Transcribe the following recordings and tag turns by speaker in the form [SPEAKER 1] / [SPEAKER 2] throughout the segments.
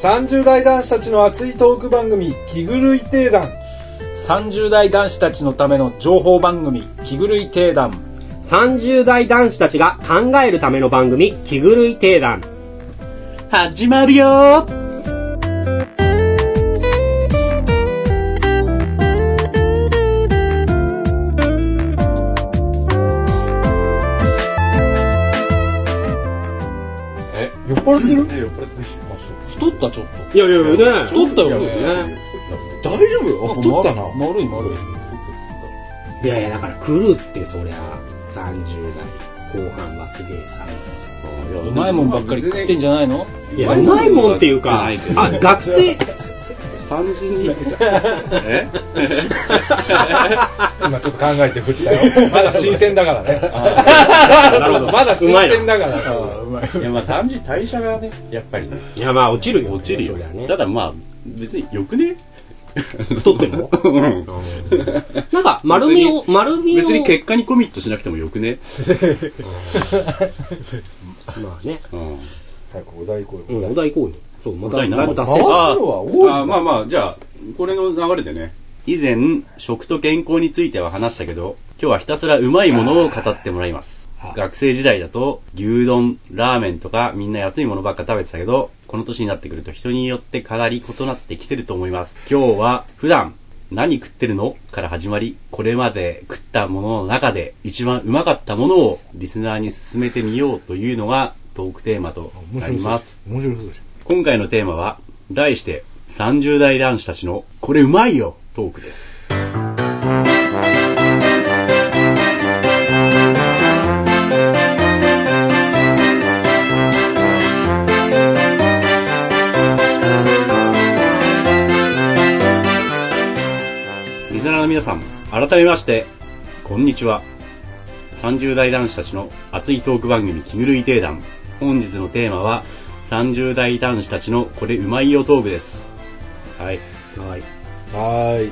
[SPEAKER 1] 30代男子たちの熱いトーク番組「気狂い定談
[SPEAKER 2] 30代男子たちのための情報番組「気狂い定談
[SPEAKER 3] 30代男子たちが考えるための番組、気狂い定談。
[SPEAKER 4] 始まるよ
[SPEAKER 1] え酔っ払ってる
[SPEAKER 5] 酔っ払ってま
[SPEAKER 4] 太ったちょっ
[SPEAKER 3] いやいやいやね。
[SPEAKER 4] と太ったよ
[SPEAKER 3] い
[SPEAKER 4] ね
[SPEAKER 3] やね
[SPEAKER 5] 大丈夫よ
[SPEAKER 4] 太ったな
[SPEAKER 2] ま丸い丸い
[SPEAKER 3] いやいや、だから狂ってそりゃ、30代後半はすげえさ。
[SPEAKER 2] うまいもんばっかり食ってんじゃないの
[SPEAKER 3] いや、うまいもんっていうか、あ
[SPEAKER 5] ないけ、ど
[SPEAKER 3] 学生、
[SPEAKER 5] 単純にえ
[SPEAKER 1] 今ちょっと考えて振った よまだ新鮮だからねまだ新鮮だから
[SPEAKER 5] いやまあ単純に代謝がねやっぱりね
[SPEAKER 3] いやまあ落ちるよ。
[SPEAKER 5] 落ちるよ
[SPEAKER 3] そりゃね。
[SPEAKER 5] ただまあ別によく ね
[SPEAKER 3] 太っても。
[SPEAKER 5] うん
[SPEAKER 3] なんか、丸みを、丸みを。
[SPEAKER 5] 別に結果にコミットしなくてもよくね
[SPEAKER 3] まあね。
[SPEAKER 5] うん
[SPEAKER 1] 早くお題行こう
[SPEAKER 3] う
[SPEAKER 1] よ
[SPEAKER 3] ん、お題行こうよ。そう、また、
[SPEAKER 5] お題な
[SPEAKER 3] だいぶ脱
[SPEAKER 1] 回す
[SPEAKER 3] 線
[SPEAKER 1] の
[SPEAKER 3] した。
[SPEAKER 1] は多い
[SPEAKER 5] あ
[SPEAKER 1] し
[SPEAKER 5] まあまあじゃあこれの流れでね以前食と健康については話したけど今日はひたすらうまいものを語ってもらいます学生時代だと牛丼ラーメンとかみんな安いものばっか食べてたけどこの年になってくると人によってかなり異なってきてると思います今日は普段何食ってるのから始まりこれまで食ったものの中で一番うまかったものをリスナーに勧めてみようというのがトークテーマとなります
[SPEAKER 6] 面白そうじ
[SPEAKER 5] 今回のテーマは、題して、30代男子たちの、これうまいよトークです。リスナーの皆さん、改めまして、こんにちは。30代男子たちの熱いトーク番組「気狂い定談」本日のテーマは30代男子たちのこれうまいよトークですはい
[SPEAKER 3] はい。
[SPEAKER 1] はーい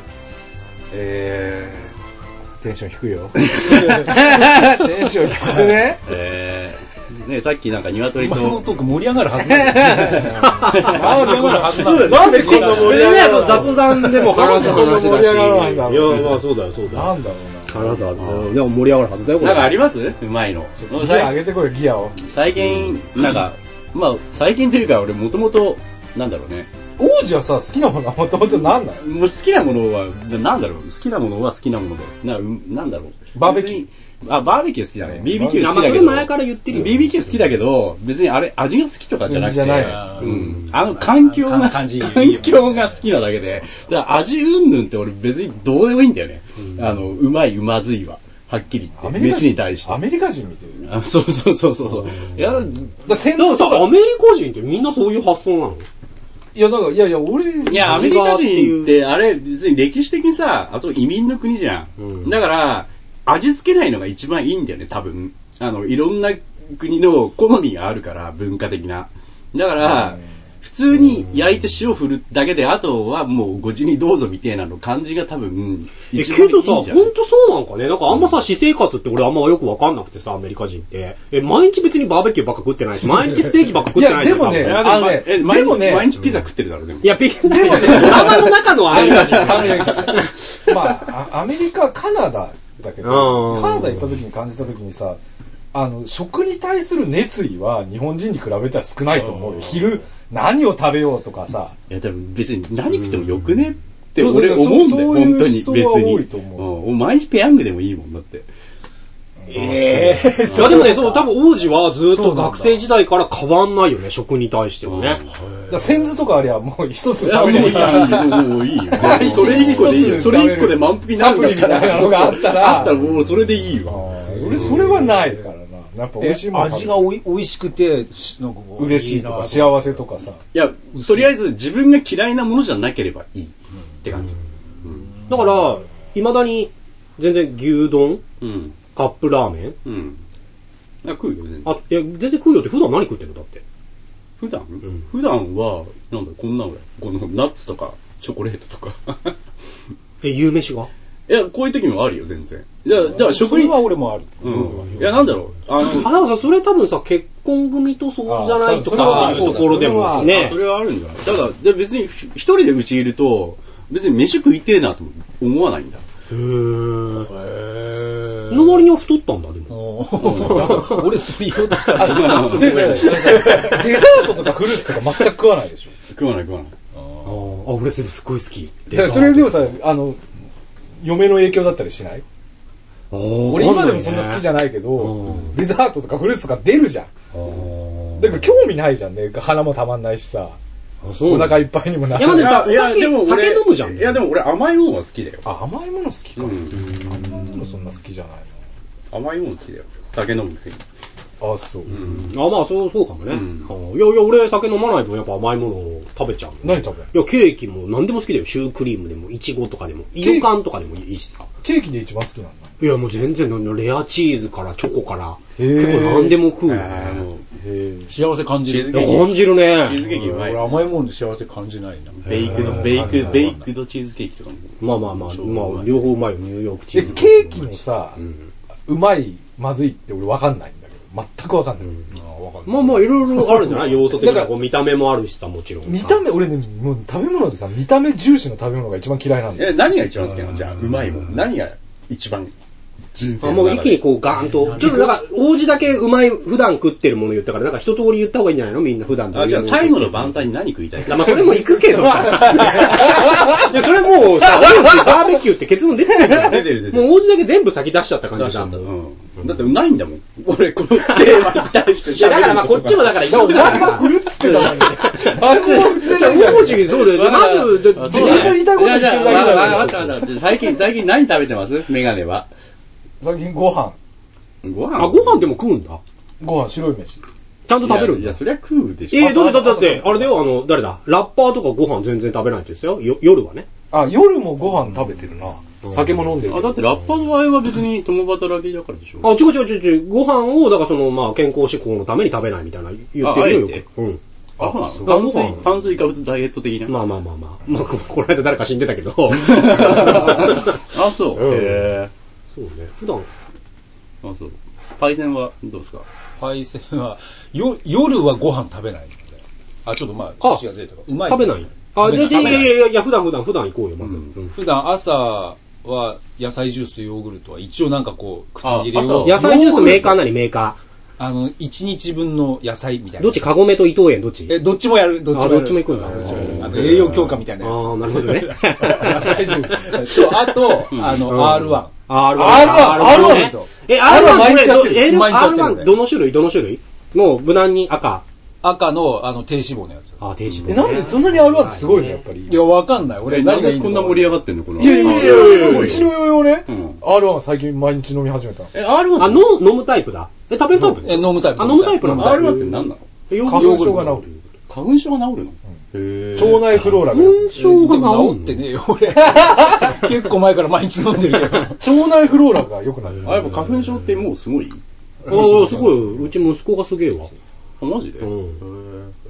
[SPEAKER 1] えー、テンション低いよテンション低くね
[SPEAKER 5] えー、ねさっきなんか鶏
[SPEAKER 2] お前の
[SPEAKER 5] と
[SPEAKER 2] トーク盛り上がるはずなんだよ
[SPEAKER 1] なんでこんな
[SPEAKER 3] なんでこんな盛り上がるの
[SPEAKER 1] 雑談でも
[SPEAKER 3] 話す話だ
[SPEAKER 1] なんでこんな盛り
[SPEAKER 3] し。い
[SPEAKER 1] 上がらないんだろう
[SPEAKER 3] や、まあそうだよ、そうだよ。
[SPEAKER 1] なんだろ
[SPEAKER 3] 話すはずだよ。でも盛り上がるはずだよ、こ
[SPEAKER 5] なん
[SPEAKER 3] れ
[SPEAKER 5] か。ありますうまいの
[SPEAKER 1] うなギア上げてこいよギアを
[SPEAKER 5] 最近なんかまあ最近というか俺もともとなんだろうね
[SPEAKER 1] 王子はさ好きなものはもともと何なの
[SPEAKER 5] もう好きなものはななんだろう好きなものは好きなものでなうんなんだろう
[SPEAKER 1] バーベキュー
[SPEAKER 5] ーあバーベキュー好きだね BBQ
[SPEAKER 3] まあ
[SPEAKER 5] 好
[SPEAKER 3] そ
[SPEAKER 5] きだけ
[SPEAKER 3] れ
[SPEAKER 5] ど
[SPEAKER 3] 前から言ってるよ。
[SPEAKER 5] BBQ 好きだけど、別にあれ、味が好きとかじゃなくて、
[SPEAKER 1] じゃない
[SPEAKER 5] うん、あの環境が、
[SPEAKER 2] 感
[SPEAKER 5] 環
[SPEAKER 2] じ
[SPEAKER 5] 境が好きなだけで、だから味うんぬんって俺別にどうでもいいんだよね。あの、うまい、うまずいは。はっきり言って、飯に対して
[SPEAKER 1] ア。メリカ人みたいな
[SPEAKER 5] あそうそうそうそうそう。いや、
[SPEAKER 1] だ戦
[SPEAKER 3] でも
[SPEAKER 1] 争と
[SPEAKER 3] さ、ア
[SPEAKER 1] か
[SPEAKER 3] メリカ人ってみんなそういう発想なの
[SPEAKER 1] いやなんかいやいや俺
[SPEAKER 5] いや、アメリカ人
[SPEAKER 3] 味がっ
[SPEAKER 5] ってて、あれ、別に歴史的にさ、あそこ移民の国じゃん。だから、味付けないのが一番いいんだよね、多分。あの、いろんな国の好みがあるから、文化的な。だから、普通に焼いて塩振るだけで、あとはもうご自にどうぞみたいなの感じが多分、
[SPEAKER 3] え、
[SPEAKER 5] 一
[SPEAKER 3] け
[SPEAKER 5] 番いい
[SPEAKER 3] ど
[SPEAKER 5] ん
[SPEAKER 3] さ、ほ
[SPEAKER 5] じゃん。
[SPEAKER 3] んとそうなんかね。なんかあんまさ、私生活って俺あんまよくわかんなくてさ、アメリカ人って。え、毎日別にバーベキューばっか食ってないし、毎日ステーキばっか食ってない
[SPEAKER 1] い
[SPEAKER 3] じ
[SPEAKER 1] や
[SPEAKER 3] ゃ
[SPEAKER 1] で
[SPEAKER 3] ん
[SPEAKER 1] もね
[SPEAKER 3] 多分
[SPEAKER 5] あ
[SPEAKER 1] あのね
[SPEAKER 5] え毎日
[SPEAKER 1] でもね
[SPEAKER 5] 毎日ピザ食ってるだろ、でも
[SPEAKER 3] い。や、ピンでもね、ドラマの中のアメリカ人。
[SPEAKER 1] アメリカまああアメリカカナダだけ
[SPEAKER 3] う
[SPEAKER 1] ど
[SPEAKER 3] ん
[SPEAKER 1] カナダ行った時に感じた時にさあの食に対する熱意は日本人に比べたら少ないと思うよ昼何を食べようとかさ
[SPEAKER 5] いや、多分別に何食ってもよくねって
[SPEAKER 1] うん
[SPEAKER 5] 俺思うんだよ、
[SPEAKER 1] そうそう
[SPEAKER 5] 本当に。別
[SPEAKER 1] そういう思想は多い
[SPEAKER 5] に
[SPEAKER 1] と。思
[SPEAKER 5] うんお毎日ペヤングでもいいもんだって。
[SPEAKER 3] ええいや、でもね、そう、多分王子はずっと学生時代から変わんないよね、食に対してもね。
[SPEAKER 1] だからセンズとかありゃもう一つ
[SPEAKER 5] い
[SPEAKER 1] の
[SPEAKER 5] や、
[SPEAKER 1] た
[SPEAKER 5] もう
[SPEAKER 1] め
[SPEAKER 5] い
[SPEAKER 1] に
[SPEAKER 5] いもういいよ。それ一個でいいよ。それ一個で満腹にな
[SPEAKER 1] サ
[SPEAKER 5] る
[SPEAKER 1] プ
[SPEAKER 5] んだ
[SPEAKER 1] リ
[SPEAKER 5] っ
[SPEAKER 1] み
[SPEAKER 5] た
[SPEAKER 1] た
[SPEAKER 5] ら。
[SPEAKER 1] いなのがあったら
[SPEAKER 5] あったらもうそれでいい
[SPEAKER 1] あ
[SPEAKER 5] わ。
[SPEAKER 1] ー俺それはないからなやっぱ美味しいもん食べ
[SPEAKER 2] 味がおい美味しくてしなんかこう
[SPEAKER 1] 嬉しいとか幸せとかさ
[SPEAKER 5] いや、とりあえず自分が嫌いなものじゃなければいい。って感じ。
[SPEAKER 3] だから、未だに、全然牛丼、
[SPEAKER 5] うん。
[SPEAKER 3] カップラーメン。
[SPEAKER 5] うん。あ食うよ、全然。
[SPEAKER 3] あ、いや、全然食うよって普段何食ってるのだって。
[SPEAKER 5] 普段普段は、なんだ、こんなのだよこのナッツとか、チョコレートと か。
[SPEAKER 3] え、夕飯が
[SPEAKER 5] いや、こういう時もあるよ、全然。いや、だから
[SPEAKER 2] そ
[SPEAKER 5] 食
[SPEAKER 2] れ
[SPEAKER 5] に
[SPEAKER 2] は俺もある
[SPEAKER 5] うん。いや、なんだろう。あの、
[SPEAKER 3] あ、でもさ、それ多分さ、結婚組とそうじゃないと
[SPEAKER 1] あ
[SPEAKER 3] か
[SPEAKER 1] あ
[SPEAKER 3] っていうところでも
[SPEAKER 1] そうだ
[SPEAKER 5] ね
[SPEAKER 3] ね
[SPEAKER 5] そ。れはあるんだ。だから、で別にひ一人でうちいると、別に飯食いてえなと思わないんだ。
[SPEAKER 3] の割には太ったんだ、でも。
[SPEAKER 2] 俺それ言おうとした ら
[SPEAKER 1] でさデザートとかフルーツとか全く食わないでしょ
[SPEAKER 5] 食わない食わない。
[SPEAKER 3] ああ、俺それすっごい好き。
[SPEAKER 1] だからそれでもさあの嫁の影響だったりしない俺今でもそんな好きじ
[SPEAKER 3] ゃ
[SPEAKER 1] ゃないけど
[SPEAKER 3] う
[SPEAKER 1] デザートとかフルーツとか出るじゃんだから興味ないじゃんね花もたまんないしさ
[SPEAKER 3] ん。あ、そう
[SPEAKER 1] お
[SPEAKER 3] なんだ
[SPEAKER 1] 腹いっぱいにもなら
[SPEAKER 3] いやまあ
[SPEAKER 1] な
[SPEAKER 3] で
[SPEAKER 1] い
[SPEAKER 3] もさ酒
[SPEAKER 5] 俺
[SPEAKER 3] 酒飲むじゃん
[SPEAKER 5] いや、でも俺甘いもんは好きだよ。
[SPEAKER 1] あ甘いもの好きか
[SPEAKER 5] うん。
[SPEAKER 1] 甘いものそんな好きじゃない
[SPEAKER 5] 甘いもん好きだよ。酒飲むくせに。
[SPEAKER 1] のあそう
[SPEAKER 3] あ、まあそう、そうかもね。
[SPEAKER 5] うん
[SPEAKER 3] あいやいや、俺酒飲まない分やっぱ甘いものを食べちゃう。
[SPEAKER 1] 何食べる
[SPEAKER 3] いや、ケーキも何でも好きだよ。シュークリームでも、いちごとかでも、いよかんとかでもいいしさ。
[SPEAKER 1] ケーキで一番好きなんだ
[SPEAKER 3] いや、もう全然、なんレアチーズから、チョコから、
[SPEAKER 1] へー
[SPEAKER 3] 結構何でも食うよ。いや
[SPEAKER 5] あの、
[SPEAKER 1] へえ
[SPEAKER 2] 幸せ感じ
[SPEAKER 5] チーズ
[SPEAKER 2] る
[SPEAKER 5] ケーキ。
[SPEAKER 3] 感じる
[SPEAKER 5] チー
[SPEAKER 3] ね。
[SPEAKER 5] ズケーキうまい
[SPEAKER 2] 俺。甘いもんで幸せ感じないな
[SPEAKER 5] ベイクド、ベイク、ベイクドチーズケーキとかも。
[SPEAKER 3] まあまあまあ、
[SPEAKER 5] そう
[SPEAKER 3] まあ、両方うまいよ、ニューヨークチ
[SPEAKER 1] で
[SPEAKER 3] ーズ。
[SPEAKER 1] ケーキもさうまいまずいって俺分かんないんだけど全く分かんない
[SPEAKER 3] まあまあ、いろいろあるんじゃない要素的
[SPEAKER 1] だか
[SPEAKER 3] な、
[SPEAKER 1] ら
[SPEAKER 3] こう、見た目もあるしさ、もちろんさ。
[SPEAKER 1] 見た目俺ねもう食べ物でさ見た目重視の食べ物が一番嫌いなんだよ
[SPEAKER 5] え、何が一番好きなのじゃあ、うまいもん。何が一番人生
[SPEAKER 3] あ
[SPEAKER 5] の
[SPEAKER 3] もう
[SPEAKER 5] 中で
[SPEAKER 3] 一気にこうガーンと。ちょっとなんか、王子だけうまい、普段食ってるもの言ったから、なんか一通り言った方がいいんじゃないのみんな普段どういう
[SPEAKER 5] あ、じゃあ
[SPEAKER 3] もの
[SPEAKER 5] 最後の晩餐に何食いたいか。
[SPEAKER 3] まあそれも行くけどさ。いや、それもうさ、俺たちバーベキューって結論出てるじゃん。
[SPEAKER 5] 出てる出てる
[SPEAKER 3] もう王子だけ全部先出しちゃった感じじゃん。い
[SPEAKER 5] うん。だってないんだもん。俺、 このテーマに対して
[SPEAKER 3] や、
[SPEAKER 5] 喋
[SPEAKER 3] だ
[SPEAKER 5] る
[SPEAKER 3] からまあこっちもだから行こうからさ。
[SPEAKER 1] フルーツってだ何も売ってない
[SPEAKER 3] い
[SPEAKER 1] じゃ
[SPEAKER 3] や
[SPEAKER 1] ん
[SPEAKER 3] 王子、そうだよね。まず、で
[SPEAKER 1] 自分が言いたいこと言ってるだけじ
[SPEAKER 5] いや
[SPEAKER 1] ゃ
[SPEAKER 5] いや
[SPEAKER 1] ない
[SPEAKER 5] わかったわかった最近、最近何食べてますメガネは。
[SPEAKER 1] 最近ご飯
[SPEAKER 5] ご飯
[SPEAKER 3] あ、ご飯でも食うんだ。
[SPEAKER 1] ご飯白い飯
[SPEAKER 3] ちゃんと食べるん
[SPEAKER 5] い
[SPEAKER 3] だ
[SPEAKER 5] や、。そりゃ食うでしょ。
[SPEAKER 3] えー、だってだってだって、あれだよ、あの、誰だラッパーとかご飯全然食べないって言ってたよ。よ夜はね。
[SPEAKER 1] あ夜もご飯食べてるな酒も飲んでる
[SPEAKER 5] あ、だってラッパーの場合は別に共働きだからでしょ。
[SPEAKER 3] あ、違う違う違う違う。ご飯を、だからその、まあ、健康志向のために食べないみたいな言ってるよ、
[SPEAKER 5] ああえ
[SPEAKER 3] よく。うん。
[SPEAKER 5] あ、
[SPEAKER 3] そ
[SPEAKER 5] そううなの
[SPEAKER 3] ご
[SPEAKER 5] 炭
[SPEAKER 3] 飯
[SPEAKER 5] 水、炭水化物ダイエット的な。
[SPEAKER 3] まあまあまあまあ。まあ、ここの間誰か死んでたけ ど。そう
[SPEAKER 5] あ、そう。
[SPEAKER 3] うんね。
[SPEAKER 5] へ
[SPEAKER 3] 普段、
[SPEAKER 5] ーあ、そう。パイセンはどうですか
[SPEAKER 2] パイセンはよ夜はご飯食べないのであちょっとまあ話がずれたからうまい
[SPEAKER 3] 食べない。あ、
[SPEAKER 2] 食べな
[SPEAKER 3] で、で、い
[SPEAKER 2] い
[SPEAKER 3] やいやいやいや、普段普段普段行こうよ、まず。うん
[SPEAKER 2] 普段朝は野菜ジュースとヨーグルトは一応なんかこう口に入れるよう
[SPEAKER 3] 野菜ジュースメーカーなりメーカ
[SPEAKER 2] あの1日分の野菜みたい
[SPEAKER 3] ー。
[SPEAKER 2] な
[SPEAKER 3] どっちカゴメと伊藤園どっち
[SPEAKER 2] えどっちもやるどっちもやる
[SPEAKER 3] あどっちも行くんだ
[SPEAKER 2] どっちもやるあの栄養強化みたい
[SPEAKER 3] あ
[SPEAKER 2] なや
[SPEAKER 3] ー、なるほ どね。
[SPEAKER 2] つとあとあの R1
[SPEAKER 3] R1。
[SPEAKER 1] R1
[SPEAKER 3] ね
[SPEAKER 1] R1
[SPEAKER 3] え、R1
[SPEAKER 2] 毎日やって
[SPEAKER 3] ど
[SPEAKER 2] る
[SPEAKER 3] れ、え、でも
[SPEAKER 2] 毎日やってる
[SPEAKER 3] R1 どの種類どの種類もう無難に赤。
[SPEAKER 2] 赤のあの低脂肪のやつ
[SPEAKER 3] あー、定時
[SPEAKER 1] えなんでそんなに R1 ってすごいのやっぱり
[SPEAKER 2] いやわかんない俺
[SPEAKER 5] え、何
[SPEAKER 2] 何が
[SPEAKER 5] が
[SPEAKER 2] いいの
[SPEAKER 5] こんな盛り上がってんのこの。
[SPEAKER 1] いやうちの
[SPEAKER 5] え、
[SPEAKER 1] 嫁うちの嫁もね
[SPEAKER 5] ん
[SPEAKER 1] R1 最近毎日飲み始めたの
[SPEAKER 5] R1
[SPEAKER 3] あ、
[SPEAKER 5] っ
[SPEAKER 3] の、飲むタイプだ。え、食べるタイプ
[SPEAKER 2] え飲むタイプ
[SPEAKER 3] あ、飲むタイプなん
[SPEAKER 5] て、
[SPEAKER 3] だ。
[SPEAKER 5] R1 って何なの
[SPEAKER 3] えヨー
[SPEAKER 1] 花
[SPEAKER 3] グル
[SPEAKER 1] 粉
[SPEAKER 3] ト
[SPEAKER 1] 症が治る
[SPEAKER 5] 花粉症が治るのへー
[SPEAKER 1] 腸内フローラが
[SPEAKER 3] 花粉症
[SPEAKER 2] でも
[SPEAKER 3] が
[SPEAKER 2] 治
[SPEAKER 3] 治
[SPEAKER 2] っ
[SPEAKER 3] ってて
[SPEAKER 2] ねえよ俺 結構前から毎日飲んでるけ
[SPEAKER 1] 腸
[SPEAKER 2] ど
[SPEAKER 1] 内フローラが良くなる
[SPEAKER 5] あ、やっぱ花粉症ってもうすごい
[SPEAKER 3] ああ、すごい。うち息子がすげえわ。
[SPEAKER 5] あマジで
[SPEAKER 3] う
[SPEAKER 5] へ
[SPEAKER 3] ん。
[SPEAKER 5] ー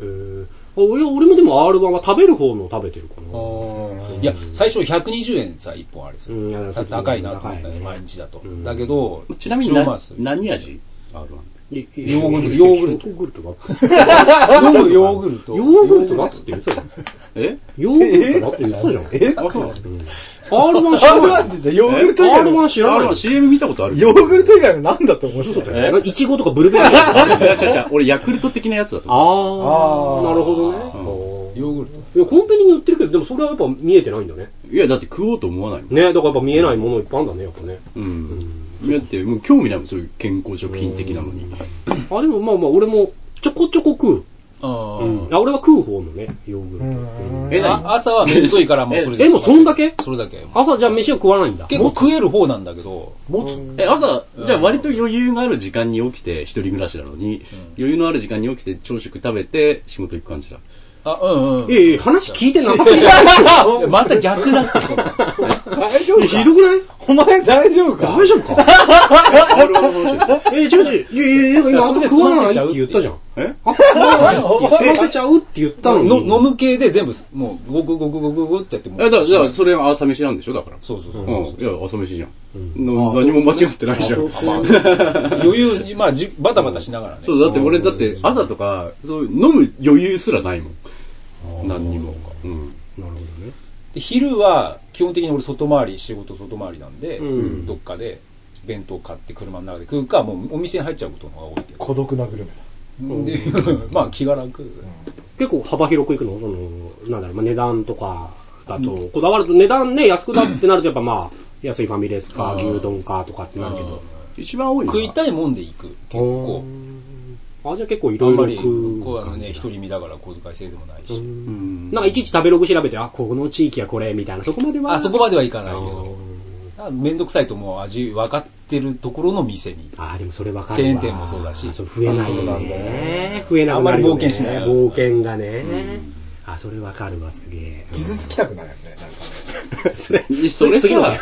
[SPEAKER 3] えー、あいや、俺もでも R1 は食べる方の食べてるかな。
[SPEAKER 2] いや最初120円さ1本あれさ
[SPEAKER 3] うんいやそう
[SPEAKER 2] 高いなと思ったね
[SPEAKER 3] 高いね
[SPEAKER 2] 毎日だとだけど
[SPEAKER 5] ちなみに
[SPEAKER 2] 一応ま
[SPEAKER 5] な
[SPEAKER 2] あ
[SPEAKER 5] 何味 ?R1。
[SPEAKER 3] ヨー
[SPEAKER 2] グルトヨーグル
[SPEAKER 3] ト。ヨーグルトが
[SPEAKER 2] 飲むヨーグルト
[SPEAKER 3] ヨーグルトがっつって言ってたじゃん。
[SPEAKER 5] え
[SPEAKER 3] ヨーグルトがっつって言ってたじゃん。
[SPEAKER 1] え
[SPEAKER 5] あ、そうなの
[SPEAKER 3] R1 知らない
[SPEAKER 1] R1 ってじゃあヨーグルト以外の
[SPEAKER 3] ?R1 知らない
[SPEAKER 5] R1 CM 見たことある
[SPEAKER 1] ヨーグルト以外の何だって面白い
[SPEAKER 5] え
[SPEAKER 3] のいちごとかブルーベリーとか。
[SPEAKER 5] いや、違う違う、俺ヤクルト的なやつだと思う。
[SPEAKER 1] あ
[SPEAKER 3] ああ、
[SPEAKER 1] ー
[SPEAKER 3] なるほどね。
[SPEAKER 2] ヨーグルト
[SPEAKER 3] いや、コンビニに売ってるけど、でもそれはやっぱ見えてないんだね。
[SPEAKER 5] いや、だって食おうと思わないもん。
[SPEAKER 3] ね、だからやっぱ見えないものいっぱいあるんだね、やっぱね。
[SPEAKER 5] うん。だって、もう興味ないもん、そういう健康食品的なのに。
[SPEAKER 3] あ、でもまあまあ、俺もちょこちょこ食う。
[SPEAKER 2] あ
[SPEAKER 3] うんあ、俺は食う方のね、ヨーグルト。
[SPEAKER 5] え、
[SPEAKER 2] あ
[SPEAKER 5] な
[SPEAKER 2] 朝はめんどいからもうそれで
[SPEAKER 3] えもうそんだけ
[SPEAKER 2] それだけ
[SPEAKER 3] 朝じゃあ飯は食わないんだ。
[SPEAKER 2] 結構食える方なんだけど
[SPEAKER 1] 持つ
[SPEAKER 5] え、朝、じゃあ割と余裕がある時間に起きて、一人暮らしなのに、余裕のある時間に起きて朝食食べて、仕事行く感じだ。
[SPEAKER 2] あうんうん
[SPEAKER 3] いやいや、話聞いてなさすぎじゃない
[SPEAKER 2] いやまた逆だってそれ
[SPEAKER 1] 大丈夫
[SPEAKER 3] ひ
[SPEAKER 1] か
[SPEAKER 3] どくない
[SPEAKER 1] お前大丈夫か
[SPEAKER 3] 大丈夫か
[SPEAKER 5] 俺は面白い
[SPEAKER 3] え、違う違う。いやいやいや、今
[SPEAKER 2] そ
[SPEAKER 3] 朝
[SPEAKER 2] れで
[SPEAKER 3] 食わない
[SPEAKER 2] 済ませちゃう
[SPEAKER 3] って言ったじゃん。
[SPEAKER 5] え
[SPEAKER 3] あそこは済ませちゃうって言ったのに。
[SPEAKER 2] の飲む系で全部、もう、ごくごくごくごくってやっても
[SPEAKER 5] え、だから、じゃあ、それは朝飯なんでしょだから。
[SPEAKER 2] そうそうそうう。
[SPEAKER 5] ん。いや、朝飯じゃん。の何も間違ってないじゃん。
[SPEAKER 3] そう
[SPEAKER 2] 余裕に、まあじ、バタバタしながらね。
[SPEAKER 5] そう、だって俺、だって、朝とか、そう、飲む余裕すらないもん。何にも。うん。
[SPEAKER 2] で昼は、基本的に俺外回り、仕事外回りなんで、どっかで、弁当買って車の中で食うか、もうお店に入っちゃうことの方が多いけど。
[SPEAKER 1] 孤独なグルメだ。
[SPEAKER 2] で まあ気が楽、
[SPEAKER 3] 結構幅広くいくのその、なんだろう、まあ、値段とかだと、こだわると値段ね、安くなってなるとやっぱまあ、安いファミレスか、牛丼かとかってなるけど。
[SPEAKER 5] 一番多いのは
[SPEAKER 2] 食いたいもんで行く結構
[SPEAKER 3] あ、じゃあ結構い
[SPEAKER 2] あん
[SPEAKER 3] ろい
[SPEAKER 2] ま
[SPEAKER 3] ろ
[SPEAKER 2] り
[SPEAKER 3] 食
[SPEAKER 2] こ
[SPEAKER 3] う
[SPEAKER 2] うあの
[SPEAKER 3] 感
[SPEAKER 2] ね
[SPEAKER 3] じだ
[SPEAKER 2] 独り身だから小遣い制でもないし、
[SPEAKER 5] うん。
[SPEAKER 3] なんかいちいち食べログ調べて、あ、この地域はこれ、みたいな、そこまでは。
[SPEAKER 2] あそこまではいかないけどあ面倒くさいともう味分かってるところの店に
[SPEAKER 3] あーでもそれわかるわ
[SPEAKER 2] チェーン店もそうだし
[SPEAKER 3] あそれ増えない
[SPEAKER 1] そうなんだよ
[SPEAKER 3] ね増えなくなる
[SPEAKER 2] あ
[SPEAKER 3] よ
[SPEAKER 2] んまり冒険しない
[SPEAKER 3] ね冒険がね、あそれわかるわすげえ
[SPEAKER 1] 傷つきたくないよね。なんかね
[SPEAKER 3] それ
[SPEAKER 5] それ
[SPEAKER 3] 次の
[SPEAKER 5] さ、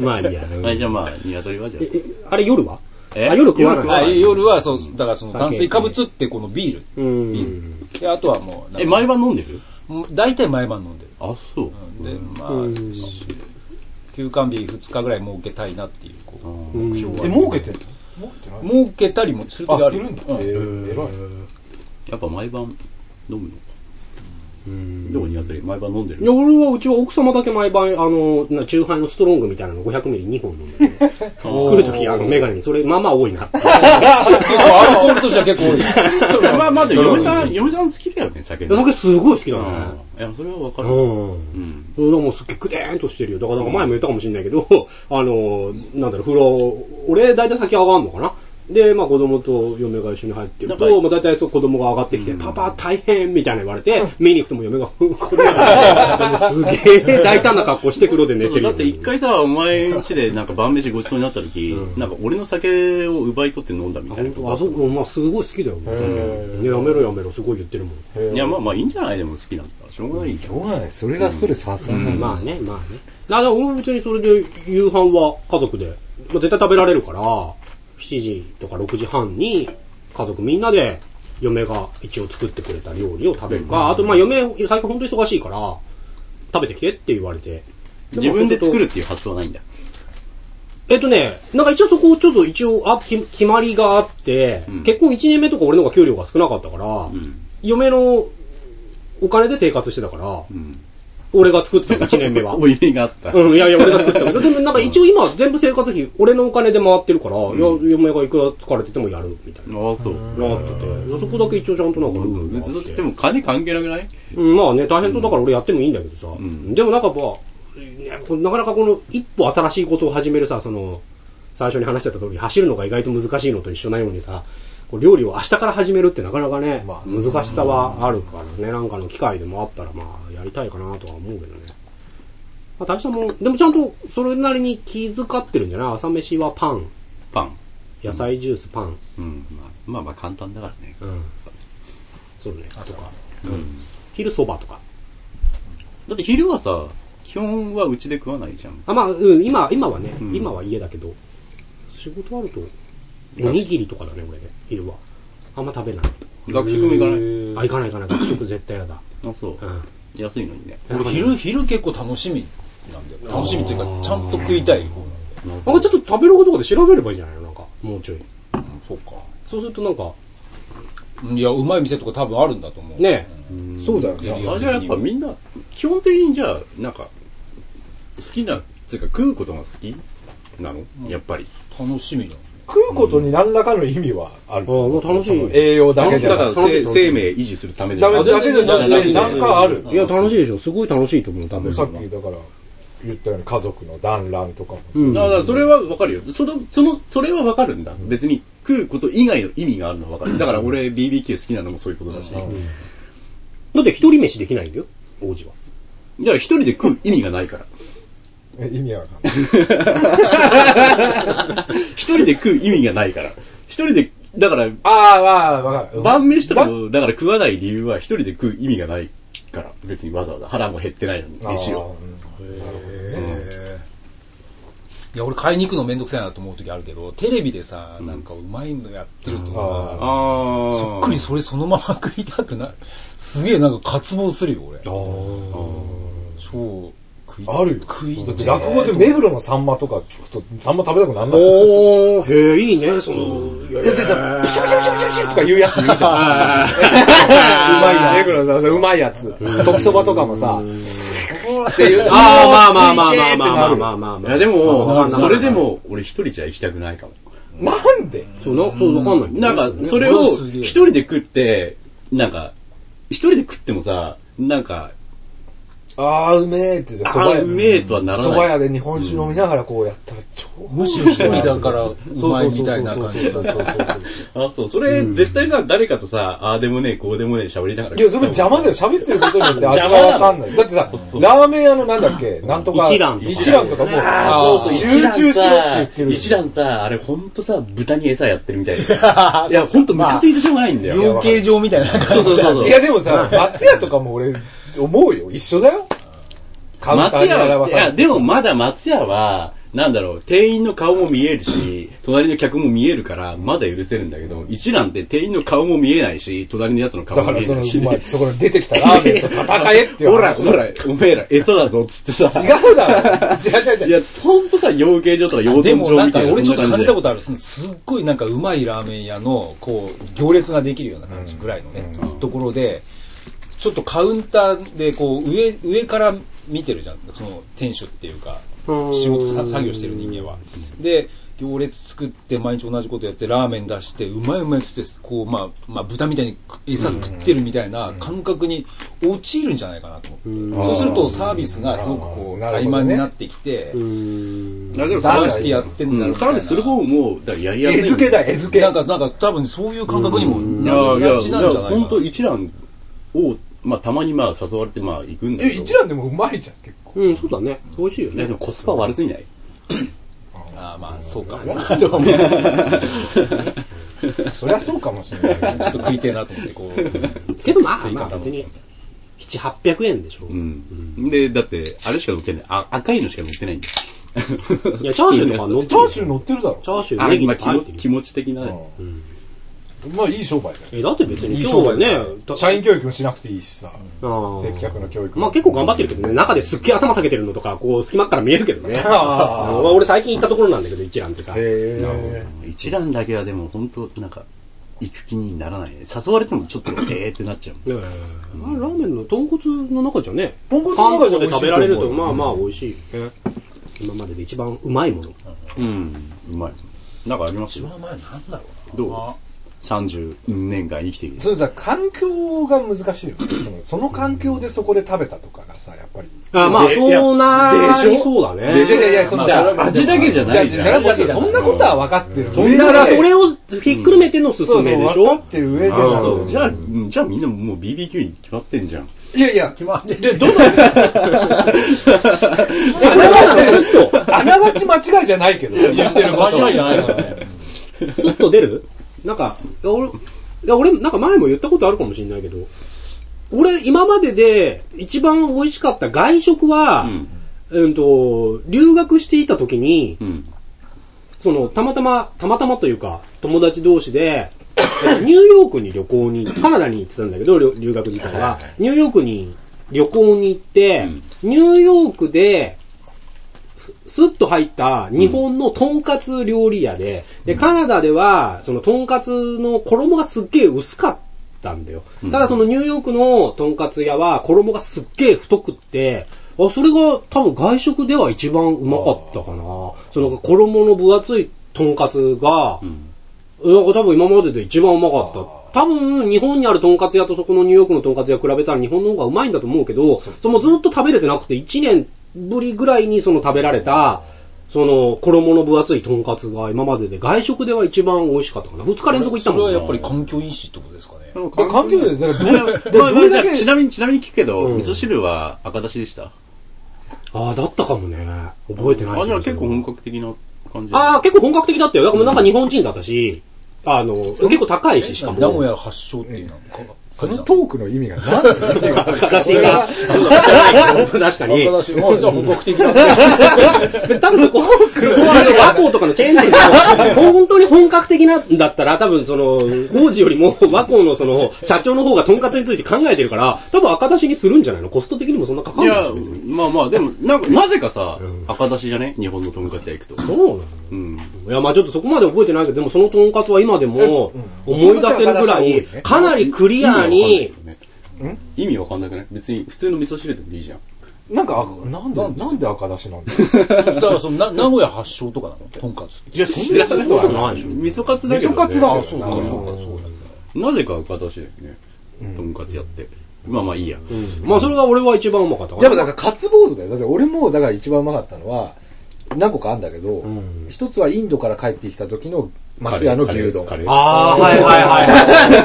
[SPEAKER 3] まあいい や、
[SPEAKER 5] はい、じゃあまあ、鶏はじゃあ。
[SPEAKER 3] えあれ夜は
[SPEAKER 5] え
[SPEAKER 3] あ夜食わない
[SPEAKER 5] 夜食
[SPEAKER 2] あ
[SPEAKER 5] わない
[SPEAKER 2] 夜はそうだからその炭水化物ってこのビー
[SPEAKER 3] う
[SPEAKER 2] ル
[SPEAKER 3] ん
[SPEAKER 2] であとはもうなんか
[SPEAKER 5] え、毎晩飲んでる
[SPEAKER 2] もう大体毎晩飲んでる
[SPEAKER 5] あ、そう。
[SPEAKER 2] でまあ休館日2日ぐらい儲けたいなっていうこう
[SPEAKER 3] うん
[SPEAKER 1] え、儲けてるの儲けてない
[SPEAKER 2] 儲けたりもする時
[SPEAKER 1] あ、
[SPEAKER 2] あ
[SPEAKER 1] す
[SPEAKER 2] る
[SPEAKER 1] るんだ。
[SPEAKER 2] うん
[SPEAKER 1] えー偉い。
[SPEAKER 5] やっぱ毎晩飲むのか。でも鶏、毎晩飲んで
[SPEAKER 3] い
[SPEAKER 5] る。
[SPEAKER 3] や俺はうちは奥様だけ毎晩あのなチューハイのストロングみたいなの500ミリ2本飲んでて 来る時あのメガネにそれまあまあ多いな
[SPEAKER 2] 結構アルコールとしては結構多い
[SPEAKER 5] まあまあ、でも嫁さん、嫁さん好きだよね、酒ね。
[SPEAKER 3] 酒すごい好きだね
[SPEAKER 5] うんいや、それはわかる。
[SPEAKER 3] うん
[SPEAKER 5] うん。
[SPEAKER 3] うん、もうすっげえくでーんとしてるよ。だから、だから前も言ったかもしれないけど、 あの、なんだろう、風呂、俺、大体先上がんのかなで、まあ子供と嫁が一緒に入ってる
[SPEAKER 5] なんか
[SPEAKER 3] と、まあ大体そう子供が上がってきて、パパ大変みたいな言われ て、見に行くともう嫁が、ふんこれや すげえ大胆な格好して風呂で寝
[SPEAKER 5] そ
[SPEAKER 3] て
[SPEAKER 5] うそう
[SPEAKER 3] る
[SPEAKER 5] だ
[SPEAKER 3] よ
[SPEAKER 5] って一回さ、お前ん家でなんか晩飯ごちそうになった時、なんか俺の酒を奪い取って飲んだみたいなこと。
[SPEAKER 3] あそこ、まあすごい好きだよ。
[SPEAKER 1] へ
[SPEAKER 3] ね、やめろやめろ、すごい言ってるもん。
[SPEAKER 5] いや、まあまあいいんじゃないでも好きなんだ。しょうがないじゃん。
[SPEAKER 1] どうないそれがストレス発散なんだ。
[SPEAKER 3] まあね、まあね。だから俺別にそれで夕飯は家族で、まあ、絶対食べられるから、7時とか6時半に家族みんなで嫁が一応作ってくれた料理を食べるか、あとまあ嫁最近本当に忙しいから、食べてきてって言われて。
[SPEAKER 5] 自分で作
[SPEAKER 3] る
[SPEAKER 5] るっていう発想はないんだ。
[SPEAKER 3] えっとね、なんか一応そこちょっと一応あき決まりがあって、
[SPEAKER 5] うん
[SPEAKER 3] 結婚1年目とか俺の方が給料が少なかったから、
[SPEAKER 5] うん。
[SPEAKER 3] 嫁のお金で生活してたから、
[SPEAKER 5] うん。
[SPEAKER 3] 俺が作ってた1年目 は。
[SPEAKER 5] お夢があった。
[SPEAKER 3] うん、いやいや、俺が作ってたけど、でもなんか一応今全部生活費、俺のお金で回ってるから、いや、嫁がいくら疲れててもやる、みたい
[SPEAKER 5] ああ、そう。
[SPEAKER 3] な。なってて、そこだけ一応ちゃんとなんかルールが
[SPEAKER 5] 別
[SPEAKER 3] あっ
[SPEAKER 5] に
[SPEAKER 3] て
[SPEAKER 5] でも金関係なくない
[SPEAKER 3] うん、まあね、大変そうだから俺やってもいいんだけどさ。
[SPEAKER 5] ん
[SPEAKER 3] でもなんかまあ、ねこうなかなかこの一歩新しいことを始めるさ、その、最初に話してた通り、走るのが意外と難しいのと一緒なようにさ、こう料理を明日から始めるってなかなかね、
[SPEAKER 1] まあ
[SPEAKER 3] 難しさはあるからね、なんかの機会でもあったらまあ、やりたいかなとは思うけどね。まあ、大したもん、でもちゃんとそれなりに気遣ってるんじゃない朝飯はパン、
[SPEAKER 5] パン。
[SPEAKER 3] 野菜ジュース、パン。
[SPEAKER 5] うん。まあまあまあ簡単だからね。
[SPEAKER 3] うん。そうね、とか。昼そばとか。
[SPEAKER 5] だって昼はさ、基本はうちで食わないじゃん。
[SPEAKER 3] あまあ、うん、今、今はね、
[SPEAKER 5] ん
[SPEAKER 3] 今は家だけど、仕事あると、おにぎりとかだね、俺ね、昼は。あんま食べない。
[SPEAKER 5] 学食も行かない。
[SPEAKER 3] あ、行かない行かない、学食絶対やだ。
[SPEAKER 5] あ、そう
[SPEAKER 3] う。ん。
[SPEAKER 5] 安いのにね。
[SPEAKER 3] なんか
[SPEAKER 2] 俺
[SPEAKER 3] ね
[SPEAKER 2] 昼昼結構楽しみなんだよ楽しみっていうかちゃんと食いたい方なんだよ
[SPEAKER 3] なんかちょっと食べログとかで調べればいいんじゃないのなんか、もうちょい。
[SPEAKER 2] そうか
[SPEAKER 3] そうするとなんか、
[SPEAKER 2] いやうまい店とか多分あるんだと思う
[SPEAKER 3] ね、
[SPEAKER 1] そうだよ
[SPEAKER 2] いやい
[SPEAKER 1] ね。
[SPEAKER 5] あじゃあやっぱみんな基本的にじゃあなんか好きなっていうか食うことが好きなの、やっぱり
[SPEAKER 2] 楽しみだ
[SPEAKER 1] 食うことに何らかの意味はある
[SPEAKER 3] あ。もう楽しい。
[SPEAKER 1] 栄養だけ
[SPEAKER 5] だ
[SPEAKER 1] じゃ
[SPEAKER 5] か
[SPEAKER 1] な
[SPEAKER 5] ら
[SPEAKER 1] く
[SPEAKER 5] 生生命維持するためじゃな
[SPEAKER 1] ダ
[SPEAKER 5] い
[SPEAKER 1] メだけじゃなくて、なんかある。
[SPEAKER 3] いや、楽しいでしょ。すごい楽しいと思う、食べる
[SPEAKER 1] さ
[SPEAKER 3] の
[SPEAKER 1] っ
[SPEAKER 3] が
[SPEAKER 1] き。だから言ったように家族の団らんとかも
[SPEAKER 3] うん。
[SPEAKER 5] だからそれはわかるよそのそのそれはわかるんだ、別に食うこと以外の意味があるのはわかるだから俺 BBQ 好きなのもそういうことだし、
[SPEAKER 3] だって一人飯できないんだよ、王子は。
[SPEAKER 5] じゃあ一人で食う意味がないから
[SPEAKER 1] え意味わかんない
[SPEAKER 5] 一人で食う意味がないから一人でだから
[SPEAKER 1] ああわかる
[SPEAKER 5] 晩飯とかをだから食わない理由は一人で食う意味がないから別にわざわざ腹も減ってないのに飯を
[SPEAKER 1] あーうん
[SPEAKER 2] いや、俺買いに行くのめんどくさいなと思う時あるけど、テレビでさ、なんかうまいのやってると
[SPEAKER 5] あ
[SPEAKER 2] さ、
[SPEAKER 5] ー
[SPEAKER 2] そっくりそれそのまま食いたくなる。すげえなんか渇望するよ、俺。そう。食い
[SPEAKER 1] あるよ
[SPEAKER 2] 食い
[SPEAKER 1] だって落語で目黒のサンマとか聞くと、サンマ食べたくなんない。い
[SPEAKER 3] おー、へえ、いいね、その、いやいやいや
[SPEAKER 1] シュシュシュシュシュとか言うやつ言うじゃん。うまいやつ。目黒のさん、それうまいやつ。時そばとかもさ、っていう、
[SPEAKER 3] あー、まあまあ
[SPEAKER 1] ー
[SPEAKER 3] まあまあまあま
[SPEAKER 1] 食
[SPEAKER 3] あ
[SPEAKER 1] いてーってなる
[SPEAKER 3] まあまあまあ。
[SPEAKER 5] いやで
[SPEAKER 3] まあ
[SPEAKER 5] も、
[SPEAKER 3] まあ
[SPEAKER 5] それで、も俺一人じゃ行きたくないかも。
[SPEAKER 1] なんで
[SPEAKER 3] そうな、そう、わかんない。
[SPEAKER 5] なんか、それを一人で食って、なんか、一人で食ってもさ、なんか、
[SPEAKER 1] ああ、うめえって言って、
[SPEAKER 5] あ
[SPEAKER 1] そば
[SPEAKER 5] ー
[SPEAKER 1] 屋
[SPEAKER 5] う。めえとはなら
[SPEAKER 1] 蕎麦
[SPEAKER 5] ない。
[SPEAKER 1] 屋で日本酒飲みながらこうやったら超
[SPEAKER 2] むしろ一人だから、うまいみたいな感じ。
[SPEAKER 5] あ、そう、それ絶対さ、誰かとさ、ああでもねえ、こうでもねえ喋りながら。
[SPEAKER 1] いや、それ邪魔だよ。喋ってることによって味がわかんない。だってさ、ラーメン屋のなんだっけ、なんとか、
[SPEAKER 3] 一蘭とか
[SPEAKER 1] 一蘭とかもう、
[SPEAKER 5] あーそうそう、
[SPEAKER 1] 集中しろって言ってる。
[SPEAKER 5] 一蘭さ、あれほんとさ、豚に餌やってるみたいな。いや、ほんとムカついてしょうがないんだよ。
[SPEAKER 2] 養鶏場みたいな
[SPEAKER 5] そ
[SPEAKER 2] 感
[SPEAKER 5] うそうそうそう。
[SPEAKER 1] いや、でもさ、松屋とかも俺、思うよ。一緒だよ。カウンター
[SPEAKER 5] 松
[SPEAKER 1] に
[SPEAKER 5] 屋は、
[SPEAKER 1] 表
[SPEAKER 5] い
[SPEAKER 1] され
[SPEAKER 5] や、
[SPEAKER 1] て
[SPEAKER 5] でもまだ松屋は、なんだろう、店員の顔も見えるし、隣の客も見えるから、まだ許せるんだけど、一蘭って店員の顔も見えないし、隣のやつの顔
[SPEAKER 1] だ
[SPEAKER 5] も
[SPEAKER 1] か
[SPEAKER 5] 見
[SPEAKER 1] ら
[SPEAKER 5] え
[SPEAKER 1] そ
[SPEAKER 5] な
[SPEAKER 1] の、
[SPEAKER 5] いし。
[SPEAKER 1] まあ、そこに出てきた ラーメンと戦えっていう
[SPEAKER 5] ほら、
[SPEAKER 1] 話。
[SPEAKER 5] ほら、おめえら餌だぞ、つってさ。
[SPEAKER 1] 違うだろ。違う違う
[SPEAKER 5] い
[SPEAKER 1] 違う。
[SPEAKER 5] や、ほんとさ、養鶏場とか養
[SPEAKER 2] じ。で
[SPEAKER 5] 豚場
[SPEAKER 2] もなん
[SPEAKER 5] み
[SPEAKER 2] か
[SPEAKER 5] たいな。
[SPEAKER 2] 俺ちょっ
[SPEAKER 5] そんな
[SPEAKER 2] と感
[SPEAKER 5] 感
[SPEAKER 2] じ
[SPEAKER 5] じ
[SPEAKER 2] た
[SPEAKER 5] だ
[SPEAKER 2] ことある。そのすっごいなんかうまいラーメン屋の、こう、行列ができるような感じぐらいのね、ところで、ちょっとカウンターでこう、上、上から見てるじゃん。その店主っていうか、仕事さ作業してる人間は。で、行列作って毎日同じことやってラーメン出してうまいうまいっつってこうまあまあ豚みたいに餌食ってるみたいな感覚に陥るんじゃないかなと思ってそうするとサービスがすごくこう
[SPEAKER 1] あーなる
[SPEAKER 2] 怠
[SPEAKER 1] ほどね
[SPEAKER 2] 慢になってきて
[SPEAKER 5] だけど、
[SPEAKER 2] 出
[SPEAKER 5] サービ
[SPEAKER 2] してやってんだろうみたいな
[SPEAKER 5] ス、サービスする方も、だからやりやすい。
[SPEAKER 1] 絵付けだよ、絵付け。
[SPEAKER 2] なんか、なんか、多分そういう感覚にも
[SPEAKER 5] い
[SPEAKER 2] な
[SPEAKER 5] やいや、
[SPEAKER 2] りがちなんじゃないかな。
[SPEAKER 5] 本当一蘭を、まあ、たまにまあ、誘われて、まあ、行くんだ
[SPEAKER 1] え、
[SPEAKER 5] けど。
[SPEAKER 1] 一蘭でもうまいじゃん、結構。
[SPEAKER 3] うん、そうだね。美味しいよ
[SPEAKER 5] いや
[SPEAKER 3] ね
[SPEAKER 5] で。もコスパ悪すぎない
[SPEAKER 2] ああ、まあ、そうか。と思うちょ
[SPEAKER 1] そりゃそうかもしれない。
[SPEAKER 2] っと食いてえなと思って、こう。
[SPEAKER 3] けどまあ、まあ別に、七八百円でしょ。
[SPEAKER 5] うん。で、だって、あれしか乗ってない。あ、赤いのしか乗ってないんだよ。
[SPEAKER 3] いや、チャーシューとか乗って
[SPEAKER 1] チ
[SPEAKER 3] る
[SPEAKER 1] ャ
[SPEAKER 3] よ
[SPEAKER 1] ーシュー乗ってるだろ。
[SPEAKER 3] チャーシュ
[SPEAKER 5] あ
[SPEAKER 3] ーネギ
[SPEAKER 5] ま
[SPEAKER 3] と
[SPEAKER 5] あ
[SPEAKER 3] か入っ
[SPEAKER 5] 気持
[SPEAKER 3] てる
[SPEAKER 5] 気持ち的なね。
[SPEAKER 1] まあ、いい商売だよ。
[SPEAKER 3] え、だって別に
[SPEAKER 1] いい
[SPEAKER 3] 今
[SPEAKER 1] 商
[SPEAKER 3] 日は
[SPEAKER 1] 売だ
[SPEAKER 3] ね
[SPEAKER 1] よ、社員教育もしなくていいしさ、
[SPEAKER 3] あー
[SPEAKER 1] 接客の教育も
[SPEAKER 3] まあ結構頑張ってるけどね、中ですっげえ頭下げてるのとか、こう隙間から見える けどね。あの俺最近行ったところなんだけど、一覧ってさ。
[SPEAKER 1] へ
[SPEAKER 5] 一蘭だけはでも、本当なんか、行く気にならないね。誘われてもちょっと、えーってなっちゃうもん。
[SPEAKER 3] えーまあラーメンの豚骨の中じゃね、
[SPEAKER 1] 豚骨の中じゃ
[SPEAKER 3] 韓
[SPEAKER 1] 美
[SPEAKER 3] 国
[SPEAKER 1] 味
[SPEAKER 3] で
[SPEAKER 1] し
[SPEAKER 3] 食
[SPEAKER 1] い
[SPEAKER 3] べ
[SPEAKER 1] と
[SPEAKER 3] ら
[SPEAKER 1] 思う
[SPEAKER 3] れると、まあまあ美味しいね。今までで一番うまいもの。
[SPEAKER 5] うん。うまい。なんかありますよ。
[SPEAKER 2] お前なんだろ
[SPEAKER 5] どう ?30 年間生きてきて。
[SPEAKER 1] それさ、環境が難しいよね。そのその環境でそこで食べたとかがさ、やっぱり。
[SPEAKER 3] あまあ、そうなりそうだね。
[SPEAKER 1] いやいや、そのさ、
[SPEAKER 5] 味だけじゃ
[SPEAKER 1] じゃ
[SPEAKER 5] な
[SPEAKER 1] あ
[SPEAKER 5] い
[SPEAKER 1] じ
[SPEAKER 5] じ
[SPEAKER 1] ゃあ
[SPEAKER 5] ゃん。
[SPEAKER 1] それはそんなことは分かってる。
[SPEAKER 5] ん
[SPEAKER 3] だからそ
[SPEAKER 1] を
[SPEAKER 3] れをひっくるめてのすす
[SPEAKER 1] そうそ
[SPEAKER 3] め
[SPEAKER 1] う、
[SPEAKER 3] でし
[SPEAKER 1] 分か
[SPEAKER 3] ょ
[SPEAKER 1] ってる上で
[SPEAKER 5] あ
[SPEAKER 1] な
[SPEAKER 5] そ
[SPEAKER 1] の
[SPEAKER 5] うじゃあ、うんじゃあみんなもう BBQ に決まってんじゃん。
[SPEAKER 1] いやいや、
[SPEAKER 2] まって
[SPEAKER 1] で、どの、い
[SPEAKER 3] これはスッ
[SPEAKER 1] あながち間違いじゃないけど、言ってる
[SPEAKER 2] う。
[SPEAKER 1] こ
[SPEAKER 2] 間
[SPEAKER 1] と
[SPEAKER 2] 違いじゃ
[SPEAKER 1] は。
[SPEAKER 2] ないからね。
[SPEAKER 3] と、スッと出るなんか、俺、いや俺、なんか前も言ったことあるかもしれないけど、俺、今までで一番美味しかった外食は、うん、と、留学していた時に、
[SPEAKER 5] うん。
[SPEAKER 3] その、たまたま、たまたまというか、友達同士 で、ニューヨークに旅行に、カナダに行ってたんだけど、留留学自体は。ニューヨークに旅行に行って、ニューヨークで、スッと入った日本のとんかつ料理屋で、で、カナダでは、そのとんかつの衣がすっげえ薄かったんだよ。ただそのニューヨークのとんかつ屋は衣がすっげえ太くって、あ、それが多分外食では一番うまかったかな。その衣の分厚いとんかつが、なんか多分今までで一番うまかった。多分、日本にあるとんかつ屋とそこのニューヨークのとんかつ屋比べたら日本の方がうまいんだと思うけど、そのずっと食べれてなくて、1年ぶりぐらいにその食べられた、その衣の分厚いとんかつが今までで外食では一番美味しかったかな。2日連続行った
[SPEAKER 2] それ
[SPEAKER 3] も
[SPEAKER 2] は
[SPEAKER 3] ん
[SPEAKER 2] や
[SPEAKER 3] ね。
[SPEAKER 2] っぱり環境因子ってことですかね。
[SPEAKER 1] で環境で、だからどれ
[SPEAKER 5] まあまあ
[SPEAKER 1] だ
[SPEAKER 5] じ
[SPEAKER 1] け
[SPEAKER 5] ゃあちなみに、ちなみに聞くけど、味噌汁は赤だしでした
[SPEAKER 3] ああ、だったかもね。覚えてないけど。
[SPEAKER 5] あ、じゃあ結構本格的な感じ。
[SPEAKER 3] ああ、結構本格的だったよ。だからもうなんか日本人だったし、あの、結構高いし、しかも。
[SPEAKER 2] 名古屋発祥っていうのか。
[SPEAKER 1] そ
[SPEAKER 2] そ
[SPEAKER 1] のトークの意味が何なの
[SPEAKER 3] 赤出しが、 確 かに。
[SPEAKER 2] だし、もうじゃあ本格的なんだ。
[SPEAKER 3] 多分そこ、ここは和光とかのチェーン店でも、本当に本格的なんだったら、多分その、王子よりも和光のその、社長の方がとんかつについて考えてるから、多分赤出しにするんじゃないのコスト的にもそんなかか
[SPEAKER 5] い
[SPEAKER 3] ん
[SPEAKER 5] や
[SPEAKER 3] ないでしょ、別に。、
[SPEAKER 5] まあまあ、でも、なんか、なぜかさ、赤出しじゃね日本のとんかつ屋行くと。
[SPEAKER 3] そうなの
[SPEAKER 5] うん。
[SPEAKER 3] いや、まあちょっとそこまで覚えてないけど、でもそのとんかつは今でも思い出せるぐらい、かなりクリアに、
[SPEAKER 5] 意味わかんなくない別に、普通の味噌汁でもいいじゃん。
[SPEAKER 1] なんか、あなんで、なんで赤出しなんだ
[SPEAKER 2] そしたら、その、な名古屋発祥とかなのとんかつって。
[SPEAKER 1] いや、そんなことはないでしょ。
[SPEAKER 5] 味噌カツだけ
[SPEAKER 1] 味噌
[SPEAKER 5] ど、ね。
[SPEAKER 1] カツだ。
[SPEAKER 2] そうか、そうか、そうだ。
[SPEAKER 5] なぜか赤出しだよね。とんかつ屋って。まあまあいいや。
[SPEAKER 3] まあそれが俺は一番うまかったか
[SPEAKER 1] で
[SPEAKER 3] な
[SPEAKER 1] もなんかカツボードだよ。だって俺もだから一番うまかったのは、何個かあんだけど、一つはインドから帰ってきた時の松屋の牛丼。
[SPEAKER 5] カレー
[SPEAKER 3] ああ、はいはいはい。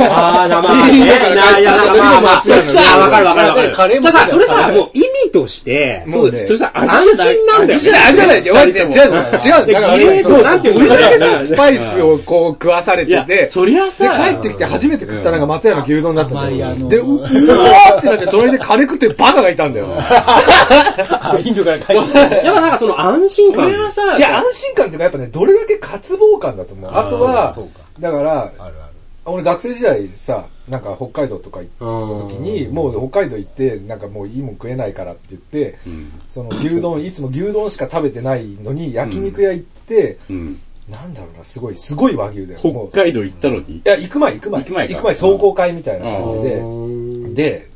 [SPEAKER 3] ああ、生
[SPEAKER 1] いい
[SPEAKER 3] ね
[SPEAKER 1] だから
[SPEAKER 3] な、いや、なんかまあまあ、
[SPEAKER 1] 松屋の
[SPEAKER 3] さあ、わかるわかるわか
[SPEAKER 2] だ
[SPEAKER 3] る。
[SPEAKER 2] ってカレーも
[SPEAKER 3] じゃあさ、
[SPEAKER 2] そう
[SPEAKER 3] そ
[SPEAKER 2] だ
[SPEAKER 3] れ
[SPEAKER 2] よ
[SPEAKER 3] さ、もう意味として、
[SPEAKER 1] もうね
[SPEAKER 4] そしたら、
[SPEAKER 3] 安心なんだよね。
[SPEAKER 1] 味じゃないって、違う、違う、違う、だから、
[SPEAKER 3] えーとなんていうの
[SPEAKER 1] 俺だけさ、スパイスをこう食わされてて、
[SPEAKER 5] そりゃ
[SPEAKER 1] で、
[SPEAKER 5] さ、
[SPEAKER 1] 帰ってきて初めて食ったのが松屋の牛丼だったんだ
[SPEAKER 2] ああんまりあ
[SPEAKER 1] よ。
[SPEAKER 2] の
[SPEAKER 1] で、ううわーってなって、隣でカレー食ってるバカがいたんだ よ。
[SPEAKER 2] あ、インドから帰ってきた。
[SPEAKER 3] やっぱなんかその安心
[SPEAKER 5] そ
[SPEAKER 3] 感
[SPEAKER 5] れ。はさ、
[SPEAKER 1] いや、安心感っていうか、やっぱね、どれだけ渇望感だと思う。あとは
[SPEAKER 2] そうかそう、
[SPEAKER 1] だから、
[SPEAKER 2] あるある。
[SPEAKER 1] 俺学生時代さ、なんか北海道とか行った時に、もう北海道行って、なんかもういいもん食えないからって言って、その牛丼、いつも牛丼しか食べてないのに、焼肉屋行って、
[SPEAKER 5] うん、
[SPEAKER 1] なんだろうな、すごい、すごい和牛だよ。もう
[SPEAKER 5] 北海道行ったのに
[SPEAKER 1] いや、行く前、行く前。
[SPEAKER 5] 行く前か
[SPEAKER 1] 行く前、壮行会みたいな
[SPEAKER 5] う
[SPEAKER 1] 感じ
[SPEAKER 3] う
[SPEAKER 1] で。
[SPEAKER 3] ん
[SPEAKER 1] で、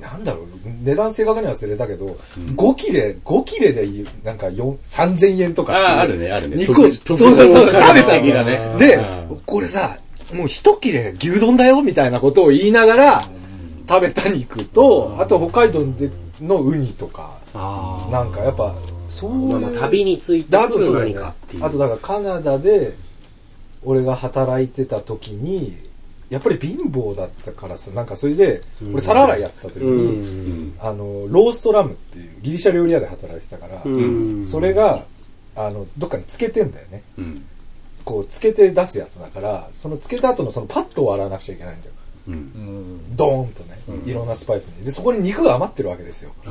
[SPEAKER 1] なんだろう、値段正確には忘れたけど、5切れ、5切れで言う、なんか4、3000円とか。
[SPEAKER 5] ああ、あるね、あるね。
[SPEAKER 1] 肉を、
[SPEAKER 5] 特
[SPEAKER 1] そうそうそう、食べた
[SPEAKER 5] 特別な
[SPEAKER 1] の
[SPEAKER 5] ね
[SPEAKER 1] ね。で、これさ、もう一切れ牛丼だよ、みたいなことを言いながら、食べた肉と、あと北海道でのウニとか、なんかやっぱ、そう
[SPEAKER 3] まあ
[SPEAKER 1] い
[SPEAKER 3] まあ
[SPEAKER 1] う。
[SPEAKER 3] 旅について
[SPEAKER 1] だ
[SPEAKER 3] く
[SPEAKER 1] と
[SPEAKER 3] る
[SPEAKER 1] そうだ
[SPEAKER 3] 何
[SPEAKER 1] よ
[SPEAKER 3] かっ
[SPEAKER 1] ね
[SPEAKER 3] ていう。
[SPEAKER 1] あとだからカナダで俺が働いてた時にやっぱり貧乏だったからさなんかそれで俺皿洗いやってた時に、あのローストラムっていうギリシャ料理屋で働いてたから、
[SPEAKER 3] うん
[SPEAKER 1] それがあのどっかにつけてんだよね
[SPEAKER 5] うん。
[SPEAKER 1] こうつけて出すやつだからそのつけた後のそのパッドを洗わなくちゃいけないんだよ
[SPEAKER 5] うん。
[SPEAKER 2] うん。
[SPEAKER 1] ドーンとね、いろんなスパイスにでそこに肉が余ってるわけですよ
[SPEAKER 3] う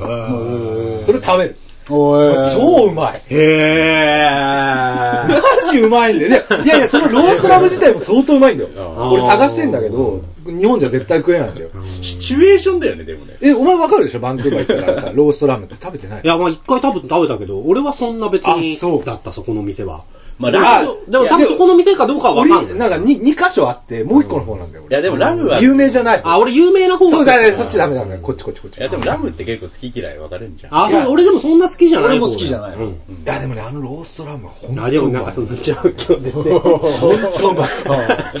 [SPEAKER 3] ん
[SPEAKER 1] それ食べる
[SPEAKER 2] おい。
[SPEAKER 1] 超うまい
[SPEAKER 3] へー。
[SPEAKER 1] マジうまいんだよ。でいやいや、そのロースラム自体も相当うまいんだよ。俺探してんだけど、日本じゃ絶対食えないんだよ。
[SPEAKER 5] シチュエーションだよね、でもね。
[SPEAKER 1] え、お前わかるでしょバンクーバー行ったからさ、ローストラムって食べてない
[SPEAKER 3] いや、まあ一回多分食べたけど、俺はそんな別
[SPEAKER 1] あそ
[SPEAKER 3] に
[SPEAKER 1] う
[SPEAKER 3] だった、そこの店は。
[SPEAKER 5] まあ、
[SPEAKER 3] でも
[SPEAKER 5] ラ
[SPEAKER 1] あ
[SPEAKER 5] ム、い
[SPEAKER 3] でも多分そこの店かどうかはわ
[SPEAKER 1] 俺
[SPEAKER 3] かんない。
[SPEAKER 1] なんかに2箇所あって、もう1個の方なんだよ、
[SPEAKER 5] や、
[SPEAKER 1] 俺。
[SPEAKER 5] でもラムは、
[SPEAKER 1] 有
[SPEAKER 5] い
[SPEAKER 1] 名じゃない。
[SPEAKER 3] あ、俺有名な方
[SPEAKER 1] そうだ
[SPEAKER 3] が。
[SPEAKER 1] ね、そっちダメなんだよ。こっちこっちこっち。い
[SPEAKER 5] や、でもラムって結構好き嫌い分かれんじゃん。
[SPEAKER 3] あ、そう、俺でもそんな好きじゃない。
[SPEAKER 2] 俺も好きじゃない
[SPEAKER 3] 方だようん
[SPEAKER 1] や、でもね、あのローストラム、ほん
[SPEAKER 3] あ、
[SPEAKER 1] と
[SPEAKER 3] でも
[SPEAKER 1] う
[SPEAKER 3] なん
[SPEAKER 1] ま
[SPEAKER 3] か
[SPEAKER 1] い。
[SPEAKER 3] その状況でね。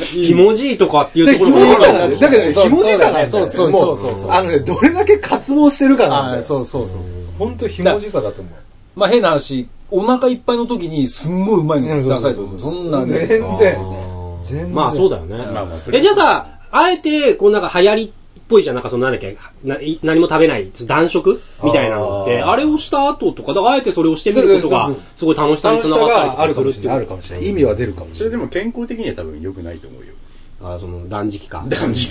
[SPEAKER 3] ひもじいとかっていう
[SPEAKER 1] で、
[SPEAKER 3] とこ
[SPEAKER 1] ひ
[SPEAKER 3] ろ
[SPEAKER 1] もじさなんだよ。だけどね、
[SPEAKER 2] そう
[SPEAKER 1] ひもじさなんだよ。
[SPEAKER 2] そうそう
[SPEAKER 1] も
[SPEAKER 2] そうそうそう
[SPEAKER 1] あのね、どれだけ渇望してるかなんだ
[SPEAKER 2] あ
[SPEAKER 1] よ。
[SPEAKER 2] そうそうそう。
[SPEAKER 1] ほんとひもじさだと思う。
[SPEAKER 2] まあ変な話、お腹いっぱいの時にすんごいうまいの出されてる。そんなね。
[SPEAKER 1] 全然。全然。
[SPEAKER 3] まあそうだよね。
[SPEAKER 5] まあまあそれ
[SPEAKER 3] え、じゃあさ、あえて、こうなんか流行りっぽいじゃん、なんかそのなんだっけ、ない何も食べない、その断食みたいなのって、
[SPEAKER 1] あ
[SPEAKER 3] あ
[SPEAKER 1] ー
[SPEAKER 3] れをした後とか、だからあえてそれをしてみることが
[SPEAKER 1] そうそうそう、
[SPEAKER 3] すごい楽しさに
[SPEAKER 1] 楽
[SPEAKER 3] つ
[SPEAKER 1] し
[SPEAKER 3] な
[SPEAKER 1] さ
[SPEAKER 3] がっ
[SPEAKER 1] が
[SPEAKER 3] た
[SPEAKER 1] あ
[SPEAKER 3] り
[SPEAKER 1] るか
[SPEAKER 3] とか
[SPEAKER 1] も
[SPEAKER 3] す
[SPEAKER 1] しれ
[SPEAKER 3] る
[SPEAKER 1] な
[SPEAKER 3] っ
[SPEAKER 1] い。あ
[SPEAKER 3] て
[SPEAKER 1] る
[SPEAKER 3] いう。
[SPEAKER 1] かもしれない。意味は出るかもし
[SPEAKER 5] そ
[SPEAKER 1] れ
[SPEAKER 5] れ
[SPEAKER 1] ない。
[SPEAKER 5] でも健康的には多分良くないと思うよ。
[SPEAKER 3] あーその断食か。
[SPEAKER 5] 断食。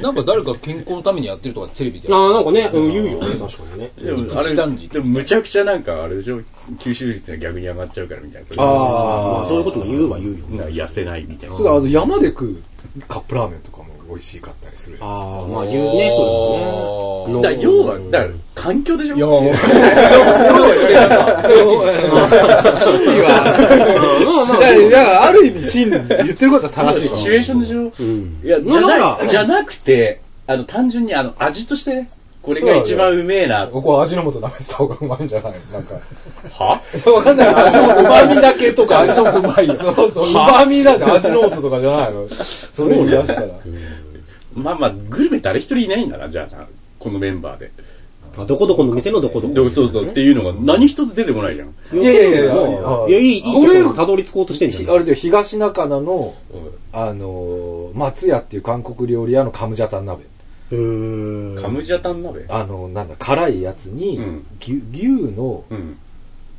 [SPEAKER 2] なんか誰か健康のためにやってるとかテレビで
[SPEAKER 3] あ
[SPEAKER 2] やっ
[SPEAKER 3] あ、なんかね、うん、言うよね、確かにね。
[SPEAKER 5] でも、あれ、
[SPEAKER 2] 一断食
[SPEAKER 5] でもむちゃくちゃなんか、あれでしょ吸収率が逆に上がっちゃうからみたいな。それ
[SPEAKER 1] あ
[SPEAKER 3] まあ、そういうことも言うは言うよ。
[SPEAKER 5] なんか痩せないみたいな
[SPEAKER 1] そう。だ、あの山で食うカップラーメンとかも美味しかったりするじゃん。
[SPEAKER 3] ああ、まあ言うね、それもね。
[SPEAKER 5] だから要は、だから、環境でしょ
[SPEAKER 2] てる。
[SPEAKER 1] 真理は、だからある意味真理、言ってることは正しいか
[SPEAKER 5] シ
[SPEAKER 1] も
[SPEAKER 5] チュエーションでしょ、いや、
[SPEAKER 3] まあ
[SPEAKER 5] じゃ
[SPEAKER 3] だ
[SPEAKER 5] な
[SPEAKER 3] か
[SPEAKER 5] い、じゃなくて、あの、単純にあの、味としてね、これが一番うめえな。
[SPEAKER 1] ここは味の素舐めてた方がうまいんじゃないなんか。
[SPEAKER 5] は
[SPEAKER 1] わかんない。味の素旨味だけとか、味の素うまい。そうそう。旨味だって味の素とかじゃないの。それを出したら。
[SPEAKER 5] まあまあ、グルメ誰一人いないんだな、じゃあな。このメンバーで。
[SPEAKER 3] あどこどこの店のどこど
[SPEAKER 5] でも
[SPEAKER 3] こ。
[SPEAKER 5] そうそうっていうのが何一つ出てこないじゃん。
[SPEAKER 1] いやいやいやいや
[SPEAKER 3] いや、いい、いいとこ
[SPEAKER 1] 俺
[SPEAKER 3] にたどり着こうとしてんじゃん。
[SPEAKER 1] あれで東中野の、あのー、松屋っていう韓国料理屋のカムジャタン鍋。
[SPEAKER 3] うーん。
[SPEAKER 5] カムジャタン鍋
[SPEAKER 1] あの、なんだ、辛いやつに
[SPEAKER 5] うん、
[SPEAKER 1] 牛牛の
[SPEAKER 5] うん。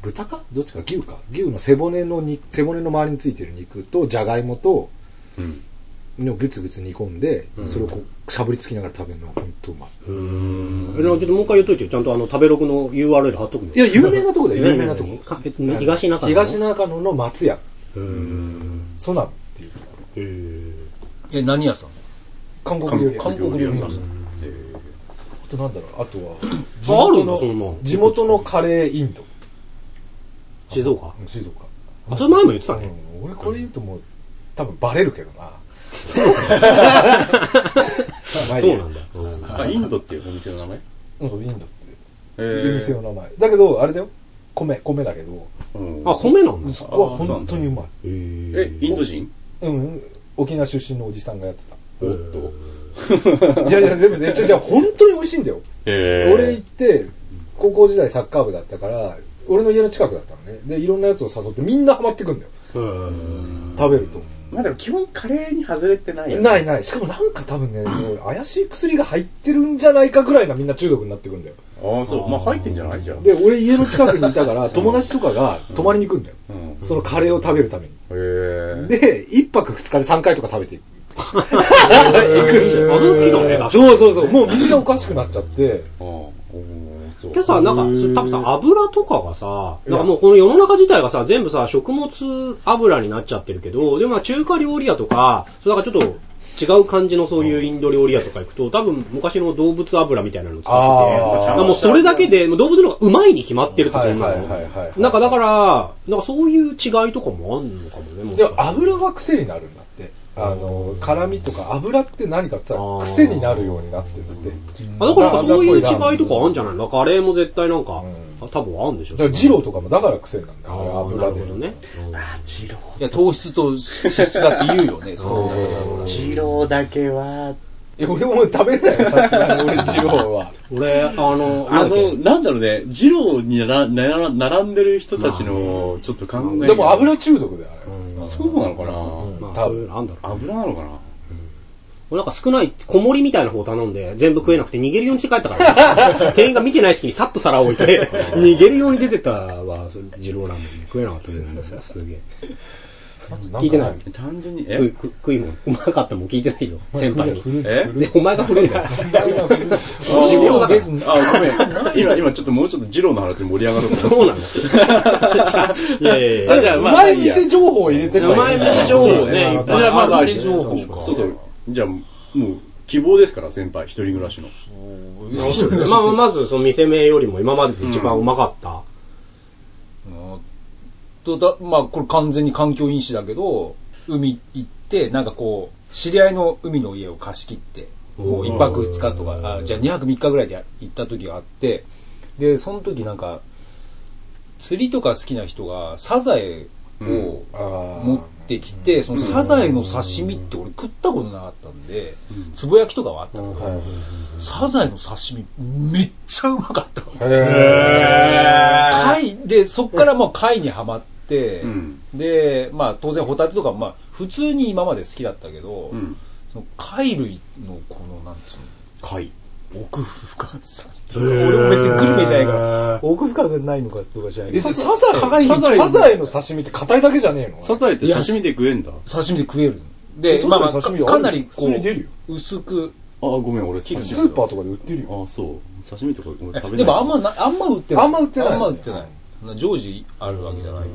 [SPEAKER 1] 豚かどっちか牛か牛の背骨のに背骨の周りについてる肉とじゃがいもと
[SPEAKER 5] うん。
[SPEAKER 1] のグツグツ煮込んで、それをこうしゃぶりつきながら食べるのが本当うまい
[SPEAKER 3] えでもちょっともう一回言っといてよちゃんとあの食べログの URL 貼っとくね
[SPEAKER 1] いや有名なとこだよ有名なとこ
[SPEAKER 3] かえ東中野
[SPEAKER 1] 東中野の松屋ソナムっていう
[SPEAKER 3] へー
[SPEAKER 2] え、何屋さん
[SPEAKER 1] 韓国料理
[SPEAKER 2] 韓国料理屋さん。
[SPEAKER 1] あとなんだろうあとは地
[SPEAKER 3] ある
[SPEAKER 1] 元
[SPEAKER 3] んだそんな
[SPEAKER 1] の地元のカレーインド
[SPEAKER 3] 静岡
[SPEAKER 1] うん静岡
[SPEAKER 3] あそれ前も言ってた
[SPEAKER 1] う
[SPEAKER 3] ね
[SPEAKER 1] ん俺これ言うともう多分バレるけどなそう
[SPEAKER 3] そうなんだ
[SPEAKER 5] あ、インドっていうお店の名前
[SPEAKER 1] なんかインドって
[SPEAKER 5] え
[SPEAKER 1] お店の名前だけどあれだよ米米だけど
[SPEAKER 5] うん
[SPEAKER 3] あ米なんだ
[SPEAKER 1] そこは本当にうまい
[SPEAKER 3] へー
[SPEAKER 5] え、インド人
[SPEAKER 1] うんうん沖縄出身のおじさんがやって
[SPEAKER 5] おっと。
[SPEAKER 1] た いやいやでもねじゃじゃ本当に美味しいんだよ
[SPEAKER 5] え
[SPEAKER 1] 俺行って高校時代サッカー部だったから俺の家の近くだったのねでいろんなやつを誘ってみんなハマってくんだよ
[SPEAKER 3] へー
[SPEAKER 1] 食べると
[SPEAKER 5] まあでも基本カレーに外れてないやつ
[SPEAKER 1] ないないしかもなんか多分ねもう怪しい薬が入ってるんじゃないかぐらいなみんな中毒になってくんだよ
[SPEAKER 5] ああ、そう。まあ入ってんじゃないじゃん。
[SPEAKER 1] で俺家の近くにいたから友達とかが泊まりに行くんだよ
[SPEAKER 5] うん。へ
[SPEAKER 1] そのカレーを食べるために
[SPEAKER 5] え。
[SPEAKER 1] で1泊2日で3回とか食べてい く
[SPEAKER 3] あそう好きだね確かに
[SPEAKER 1] そうそうそうもうみんなおかしくなっちゃって
[SPEAKER 5] ああ、おーそう。
[SPEAKER 3] でさ、なんか、それ多分さ、油とかがさ、なんかもうこの世の中自体がさ、全部さ、食物油になっちゃってるけど、でもまあ中華料理屋とか、そうなんかちょっと違う感じのそういうインド料理屋とか行くと、多分昔の動物油みたいなの使ってて、
[SPEAKER 1] あー
[SPEAKER 3] だからもうそれだけで、もう動物の方がうまいに決まってるってそんな
[SPEAKER 1] はいはいはいは
[SPEAKER 3] の。
[SPEAKER 1] い
[SPEAKER 3] なんかだから、なんかそういう違いとかもあんのかもね、もし
[SPEAKER 1] で
[SPEAKER 3] かしたら
[SPEAKER 1] 油が癖になるんだってあの辛みとか油って何かって言った
[SPEAKER 3] あー
[SPEAKER 1] ら癖になるようになってるって
[SPEAKER 3] あだからなんかそういう違いとかあるんじゃないのカレーも絶対なんか、あ多分あるんでしょ
[SPEAKER 1] だから二郎とかもだから癖になるんだ
[SPEAKER 3] あ
[SPEAKER 1] か
[SPEAKER 3] あ
[SPEAKER 1] ら
[SPEAKER 3] ー、な
[SPEAKER 1] 油
[SPEAKER 3] る
[SPEAKER 1] で
[SPEAKER 3] ほどね。うん
[SPEAKER 2] いや、糖質と脂質だって言うよね、そ
[SPEAKER 5] 二郎だけは、
[SPEAKER 1] いや俺も食べれないよさすがに 俺二郎は
[SPEAKER 3] 俺、あの、
[SPEAKER 5] あ
[SPEAKER 3] なんだっけ
[SPEAKER 5] の、なんだろうね、二郎になら、なら、並んでる人たちの、ちょっと考えが。
[SPEAKER 1] でも油中毒だよあれ
[SPEAKER 5] そうなのか
[SPEAKER 3] まあ、
[SPEAKER 1] 多
[SPEAKER 3] そ
[SPEAKER 1] 分
[SPEAKER 3] ういうのあんだろう
[SPEAKER 5] な油なのかな
[SPEAKER 3] 俺なんか少ない、小盛りみたいな方頼んで、全部食えなくて逃げるようにして帰ったから、 ね、店員が見てない隙にさっと皿を置いて、逃げるように出てったわ、それ二郎ラーメンね食えなかったです。すげえ。聞いてない
[SPEAKER 5] 単純に、え
[SPEAKER 3] 食食いもん、うまかったもん聞いてないよ、先輩に。
[SPEAKER 5] え
[SPEAKER 3] で、お前が古いん だよ。
[SPEAKER 5] あ
[SPEAKER 3] 二郎だから
[SPEAKER 5] あ、ごめん。今、今ちょっともうちょっと二郎の話盛り上がろうと思って
[SPEAKER 3] そうなんだ。 いやいやいや。
[SPEAKER 5] じゃあ
[SPEAKER 1] う
[SPEAKER 5] まあまあ
[SPEAKER 1] まい
[SPEAKER 5] いいや
[SPEAKER 1] 店情報を入れてた
[SPEAKER 3] うまい店情報ねいっぱい
[SPEAKER 5] じゃあまあまあ、
[SPEAKER 2] 店情報か
[SPEAKER 5] そうそう。じゃあ、もう、希望ですから、先輩、一人暮らしの。
[SPEAKER 3] まあまあ、まずその店名よりも今までで一番うまかった。
[SPEAKER 2] う。とだまあ、これ完全に環境因子だけど、海行って、なんかこう、知り合いの海の家を貸し切って、もう一泊二日とか、あじゃあ二泊三日ぐらいで行った時があって、で、その時なんか、釣りとか好きな人が、サザエを持ってきて、そのサザエの刺身って俺食ったことなかったんで、つぼ焼きとかはあったんだけど、サザエの刺身めっちゃうまかった。貝でそっからもう貝にはまって、
[SPEAKER 5] ん
[SPEAKER 2] でまあ当然ホタテとかまあ普通に今まで好きだったけど、
[SPEAKER 5] ん
[SPEAKER 2] その貝類のこのなんつう
[SPEAKER 5] はい。
[SPEAKER 2] の奥深さっていうか俺も別にグルメじゃないから奥深くないのかとかじゃない
[SPEAKER 1] え
[SPEAKER 2] け
[SPEAKER 1] サ
[SPEAKER 2] ど
[SPEAKER 1] ザエサザエサザエの刺身って硬いだけじゃねえの
[SPEAKER 5] サザエって刺身で食えんだ。あ、
[SPEAKER 2] 刺身で食えるので
[SPEAKER 1] サザエ
[SPEAKER 2] まあまあ
[SPEAKER 1] の刺身ある
[SPEAKER 2] かかなりこ
[SPEAKER 1] 普通に出るよ
[SPEAKER 2] う薄く
[SPEAKER 5] ごめん、俺、刺
[SPEAKER 1] スー
[SPEAKER 5] 身。
[SPEAKER 1] パーとかで売ってるよ
[SPEAKER 5] あ、そう。刺身とか俺食べない。
[SPEAKER 2] でもあんまなあんま売ってない
[SPEAKER 1] あんま売ってない
[SPEAKER 2] あんま売ってない常時あるわけじゃないけ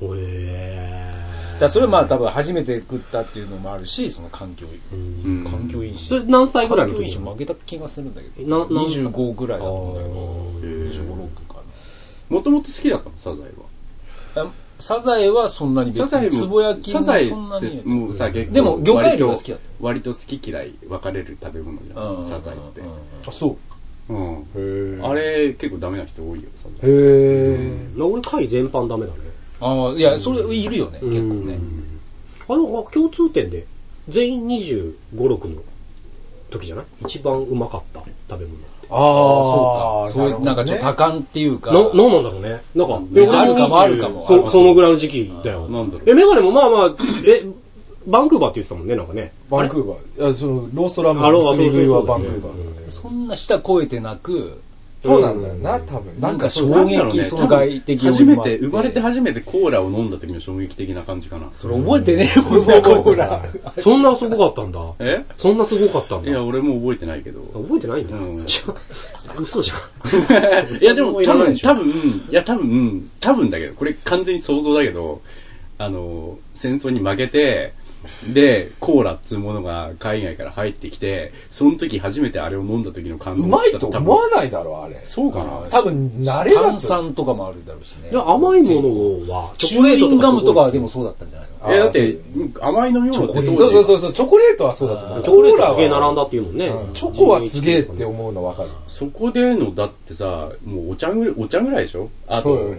[SPEAKER 2] ど
[SPEAKER 3] ほえ
[SPEAKER 2] だからそれはまあ多分初めて食ったっていうのもあるしその環境
[SPEAKER 5] ん
[SPEAKER 2] 環境因子
[SPEAKER 3] それ何歳ぐらいの
[SPEAKER 2] 環境因
[SPEAKER 3] 時
[SPEAKER 2] 子負けた気がするんだけど
[SPEAKER 3] な何歳
[SPEAKER 2] 25ぐらいだと思うんだけど
[SPEAKER 5] へえ
[SPEAKER 2] 25、6か
[SPEAKER 5] もともと好きだったの、サザエは。
[SPEAKER 2] なあサザエはそんなに別
[SPEAKER 5] サザエ
[SPEAKER 2] に
[SPEAKER 5] も、
[SPEAKER 2] つぼ焼き
[SPEAKER 5] サ
[SPEAKER 2] も
[SPEAKER 5] ザエっ
[SPEAKER 2] そんなに
[SPEAKER 5] て、もうさ、結構。
[SPEAKER 2] でも魚介類は好きだった
[SPEAKER 5] 割と好き嫌い分かれる食べ物じゃん、サザエって。
[SPEAKER 1] あそう
[SPEAKER 5] うん。あれ、結構ダメな人多いよ、サザ
[SPEAKER 1] へ
[SPEAKER 5] エ。
[SPEAKER 1] え
[SPEAKER 3] 俺貝全般ダメだね。
[SPEAKER 2] ああいやそれいるよね結構ね
[SPEAKER 3] あの、共通点で、全員25、6の時じゃない一番うまかった食べ物って。
[SPEAKER 1] ああ
[SPEAKER 2] あそうかそういうなんかちょっと多感っていうか
[SPEAKER 3] な、なんなんだろうね。なんか、
[SPEAKER 2] んあるかもあるかもあるか
[SPEAKER 3] そ、
[SPEAKER 2] も
[SPEAKER 3] そのぐらいの時期だよ。
[SPEAKER 5] なんだろう
[SPEAKER 3] え、メガネもまあまあ、え、バンクーバーって言ってたもんね、なんかね。
[SPEAKER 1] バンクーバーいやそのローストラム
[SPEAKER 3] あロー
[SPEAKER 1] の炭食いはバンクーバ
[SPEAKER 3] そうそうそう
[SPEAKER 1] ー
[SPEAKER 2] そんな舌超えてなく
[SPEAKER 1] そうなんだよな、多分。
[SPEAKER 2] なんか
[SPEAKER 1] そう
[SPEAKER 2] 衝
[SPEAKER 5] な
[SPEAKER 2] 撃
[SPEAKER 5] んだろうね
[SPEAKER 2] その外敵を
[SPEAKER 5] 初め、
[SPEAKER 2] 見回ってて
[SPEAKER 5] 生まれて初めてコーラを飲んだ時の衝撃的な感じかな。
[SPEAKER 2] それ覚えてねえよ、こんなことら。
[SPEAKER 3] そんなすごかったんだ。
[SPEAKER 5] え
[SPEAKER 3] そんなすごかったん
[SPEAKER 5] い
[SPEAKER 3] だ。
[SPEAKER 5] や、俺もう覚えてないけど。
[SPEAKER 3] 覚えてないんだ。
[SPEAKER 5] うん
[SPEAKER 3] じゃあ 嘘じゃん。
[SPEAKER 5] いや、でも
[SPEAKER 3] い
[SPEAKER 5] 多
[SPEAKER 3] らない
[SPEAKER 5] 分、
[SPEAKER 3] でしょ
[SPEAKER 5] 多分、いや、多分、多分だけど、これ完全に想像だけど、あの、戦争に負けて、で、コーラっつうものが海外から入ってきて、その時初めてあれを飲んだ時の感動
[SPEAKER 1] うまい
[SPEAKER 5] っつ
[SPEAKER 1] と
[SPEAKER 5] ったら
[SPEAKER 1] 思わないだろ、あれ。
[SPEAKER 5] 多分そうかな。
[SPEAKER 1] 多分、慣れだ
[SPEAKER 2] 炭
[SPEAKER 1] と
[SPEAKER 2] 酸とかもあるだろうしね。
[SPEAKER 3] いや、甘いものは、
[SPEAKER 2] チューインガムとかは
[SPEAKER 3] チ
[SPEAKER 2] でもそうだったんじゃないの
[SPEAKER 1] あー
[SPEAKER 5] え、だって
[SPEAKER 1] そう、
[SPEAKER 5] 甘い飲み物って
[SPEAKER 1] そうそう
[SPEAKER 5] そ
[SPEAKER 1] そうそう、チョコレートはそうだと思う。
[SPEAKER 3] ョコレート
[SPEAKER 1] は
[SPEAKER 3] すげえ並んだっていうもんね。
[SPEAKER 1] チョコはすげえって思うのわかる。
[SPEAKER 5] そこでの、だってさ、もうお茶ぐらい、お茶ぐらいでしょあ
[SPEAKER 1] そう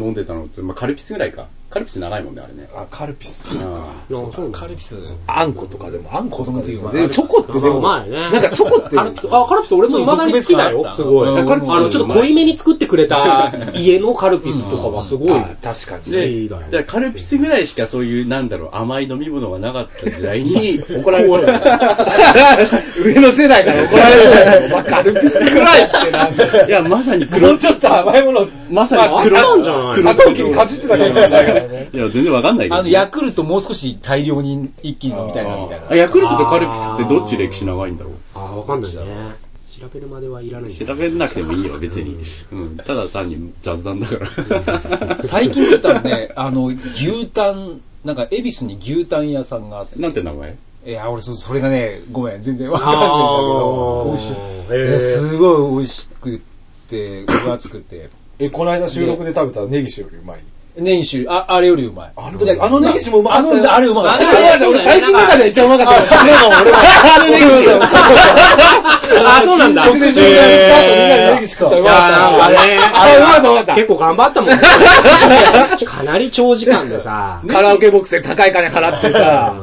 [SPEAKER 1] ん、
[SPEAKER 5] 飲んでたのって、まあ、カルピスぐらいか。カルピス長いもんね、あれね。
[SPEAKER 1] あ、カルピス。
[SPEAKER 5] あ
[SPEAKER 3] いやそう
[SPEAKER 2] カルピス。
[SPEAKER 1] あんことかでも、あんことかでも、でチョコってでも、
[SPEAKER 3] 前ね。
[SPEAKER 1] なんかチョコって、
[SPEAKER 3] カルピス、あ、カルピス俺も未だに好きだよ。すごい。
[SPEAKER 2] うん
[SPEAKER 3] カルピス、あの、ちょっと濃いめに作ってくれた家のカルピスとかはすごい好
[SPEAKER 1] あ確かに。
[SPEAKER 5] で
[SPEAKER 3] きだ
[SPEAKER 5] だ
[SPEAKER 3] よ。
[SPEAKER 5] からカルピスぐらいしかそういう、なんだろう、甘い飲み物がなかった時代に、怒ら
[SPEAKER 1] れそう上の世代から怒られそうだけ ど、まあ、カルピスぐらいってなんだ
[SPEAKER 5] いや、まさに
[SPEAKER 1] も
[SPEAKER 5] 黒
[SPEAKER 1] う、ちょっと甘いもの、
[SPEAKER 5] まさ
[SPEAKER 3] あ、
[SPEAKER 5] に
[SPEAKER 3] そう
[SPEAKER 5] 黒。
[SPEAKER 3] なんじゃない
[SPEAKER 1] 砂糖切りかじってたかもしれないからね。
[SPEAKER 5] いや、全然わかんないけど。
[SPEAKER 2] あの、ヤクルトもう少し大量に一気に飲みたいなみたいな
[SPEAKER 5] あ。ヤクルトとカルピスってどっち歴史長いんだろう
[SPEAKER 3] あ、わかんないね。調べるまではいらないんだ
[SPEAKER 5] 調べなくてもいいよ、別に。うん。ただ単に雑談だから。
[SPEAKER 2] 最近だったらね、あの、牛タン、なんか、恵比寿に牛タン屋さんがあって、
[SPEAKER 5] なんて名前
[SPEAKER 2] いや、俺そ、それがね、ごめん、全然わかんないんだけ
[SPEAKER 3] あ
[SPEAKER 2] ど
[SPEAKER 3] ー、
[SPEAKER 2] 美味し
[SPEAKER 3] へ
[SPEAKER 2] い。い
[SPEAKER 3] え
[SPEAKER 2] やすごい美味しくって、分厚くて。
[SPEAKER 1] え、この間収録で食べたネギシよりうまい。
[SPEAKER 2] 年収、あ、あれよりうまい。
[SPEAKER 1] あの
[SPEAKER 2] 本当だあの
[SPEAKER 1] ネ
[SPEAKER 2] ネ
[SPEAKER 1] ギ
[SPEAKER 2] ギ
[SPEAKER 1] シ
[SPEAKER 2] シ
[SPEAKER 1] も
[SPEAKER 2] も
[SPEAKER 1] う
[SPEAKER 2] う
[SPEAKER 1] ま
[SPEAKER 2] ま
[SPEAKER 1] かっ
[SPEAKER 2] かったた
[SPEAKER 1] よ
[SPEAKER 2] よ。あれうまかったよ。
[SPEAKER 1] 俺最近の中で一番うまかったかもしれないの俺は。あのネギシ よ。
[SPEAKER 3] あ、そうなんだ。
[SPEAKER 1] 食で収録した後みんなでネギシ食ったらうまかったな。
[SPEAKER 3] あれ、
[SPEAKER 1] あ、うまかったうまかった。
[SPEAKER 3] 結構頑張ったもんね。かなり長時間でさ。
[SPEAKER 1] カラオケボックスで高い金払ってさ、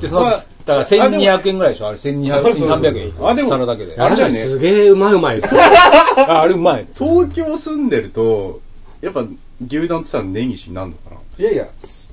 [SPEAKER 2] で、その、だから1200円ぐらいでしょあれ1200円、
[SPEAKER 1] そうそうそう
[SPEAKER 2] 1300円でしょ
[SPEAKER 5] あでも
[SPEAKER 2] 皿だけで。
[SPEAKER 5] あれだよね
[SPEAKER 3] すげえうまいうまい。
[SPEAKER 2] あ、あれうまい。
[SPEAKER 5] 東京住んでると、やっぱ牛丼ってさ、ネギシになるのかない
[SPEAKER 1] やいや、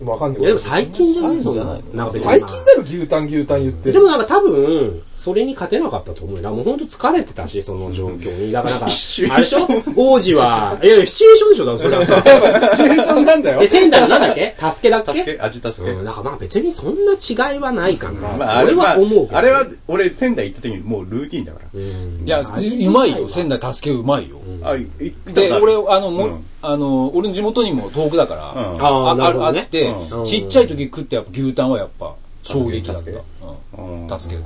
[SPEAKER 1] わかんない。
[SPEAKER 3] いやでも最近じゃないそうななんか別に
[SPEAKER 1] 最近だろ、牛タン牛タン言って
[SPEAKER 3] で
[SPEAKER 1] る。
[SPEAKER 3] もなんか多分、それに勝てなかったと思うよ。だからもうほんと疲れてたし、その状況 に。だからなんか、あれでしょ王子は、いやいや、シチュエーションでしょ、だか らそれは
[SPEAKER 1] やっぱシチュエーションなんだよ
[SPEAKER 3] え、。仙台のなんだっけ助けだっ
[SPEAKER 5] 助
[SPEAKER 3] け
[SPEAKER 5] け味助け。
[SPEAKER 3] うん、なんかまあ別にそんな違いはないかな。
[SPEAKER 5] まあ、あれ
[SPEAKER 3] 俺は
[SPEAKER 5] は
[SPEAKER 3] 思うけ、ど。
[SPEAKER 5] あれは、俺仙台行った時にもうルーティンだから。
[SPEAKER 2] いや、ううまいよ。仙台助けうまいよ。
[SPEAKER 5] あ、行ったことあ
[SPEAKER 2] で、
[SPEAKER 5] る
[SPEAKER 2] 俺、あの、も、
[SPEAKER 5] うん
[SPEAKER 2] あの、俺の地元にも遠くだから、
[SPEAKER 5] うん
[SPEAKER 2] あ
[SPEAKER 3] あーな
[SPEAKER 2] あ
[SPEAKER 3] るほ
[SPEAKER 2] る
[SPEAKER 3] ど
[SPEAKER 2] あ
[SPEAKER 3] ね
[SPEAKER 2] って、
[SPEAKER 5] う
[SPEAKER 2] ちっちゃい時食ってやっぱ牛タンはやっぱ衝撃だった。
[SPEAKER 5] うん
[SPEAKER 2] うん。助ける。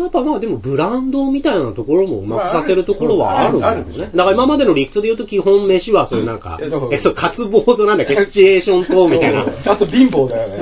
[SPEAKER 3] やっぱまあでもブランドみたいなところもうまくさせるところはあるんだよ
[SPEAKER 5] まああるあるでし
[SPEAKER 3] ね。だから今までの理屈で言うと基本飯はそういうなんか
[SPEAKER 5] うんいや、
[SPEAKER 3] え、そう、渇望となんだっけ、シチュエーションとみたいな。
[SPEAKER 1] あと貧乏だよね。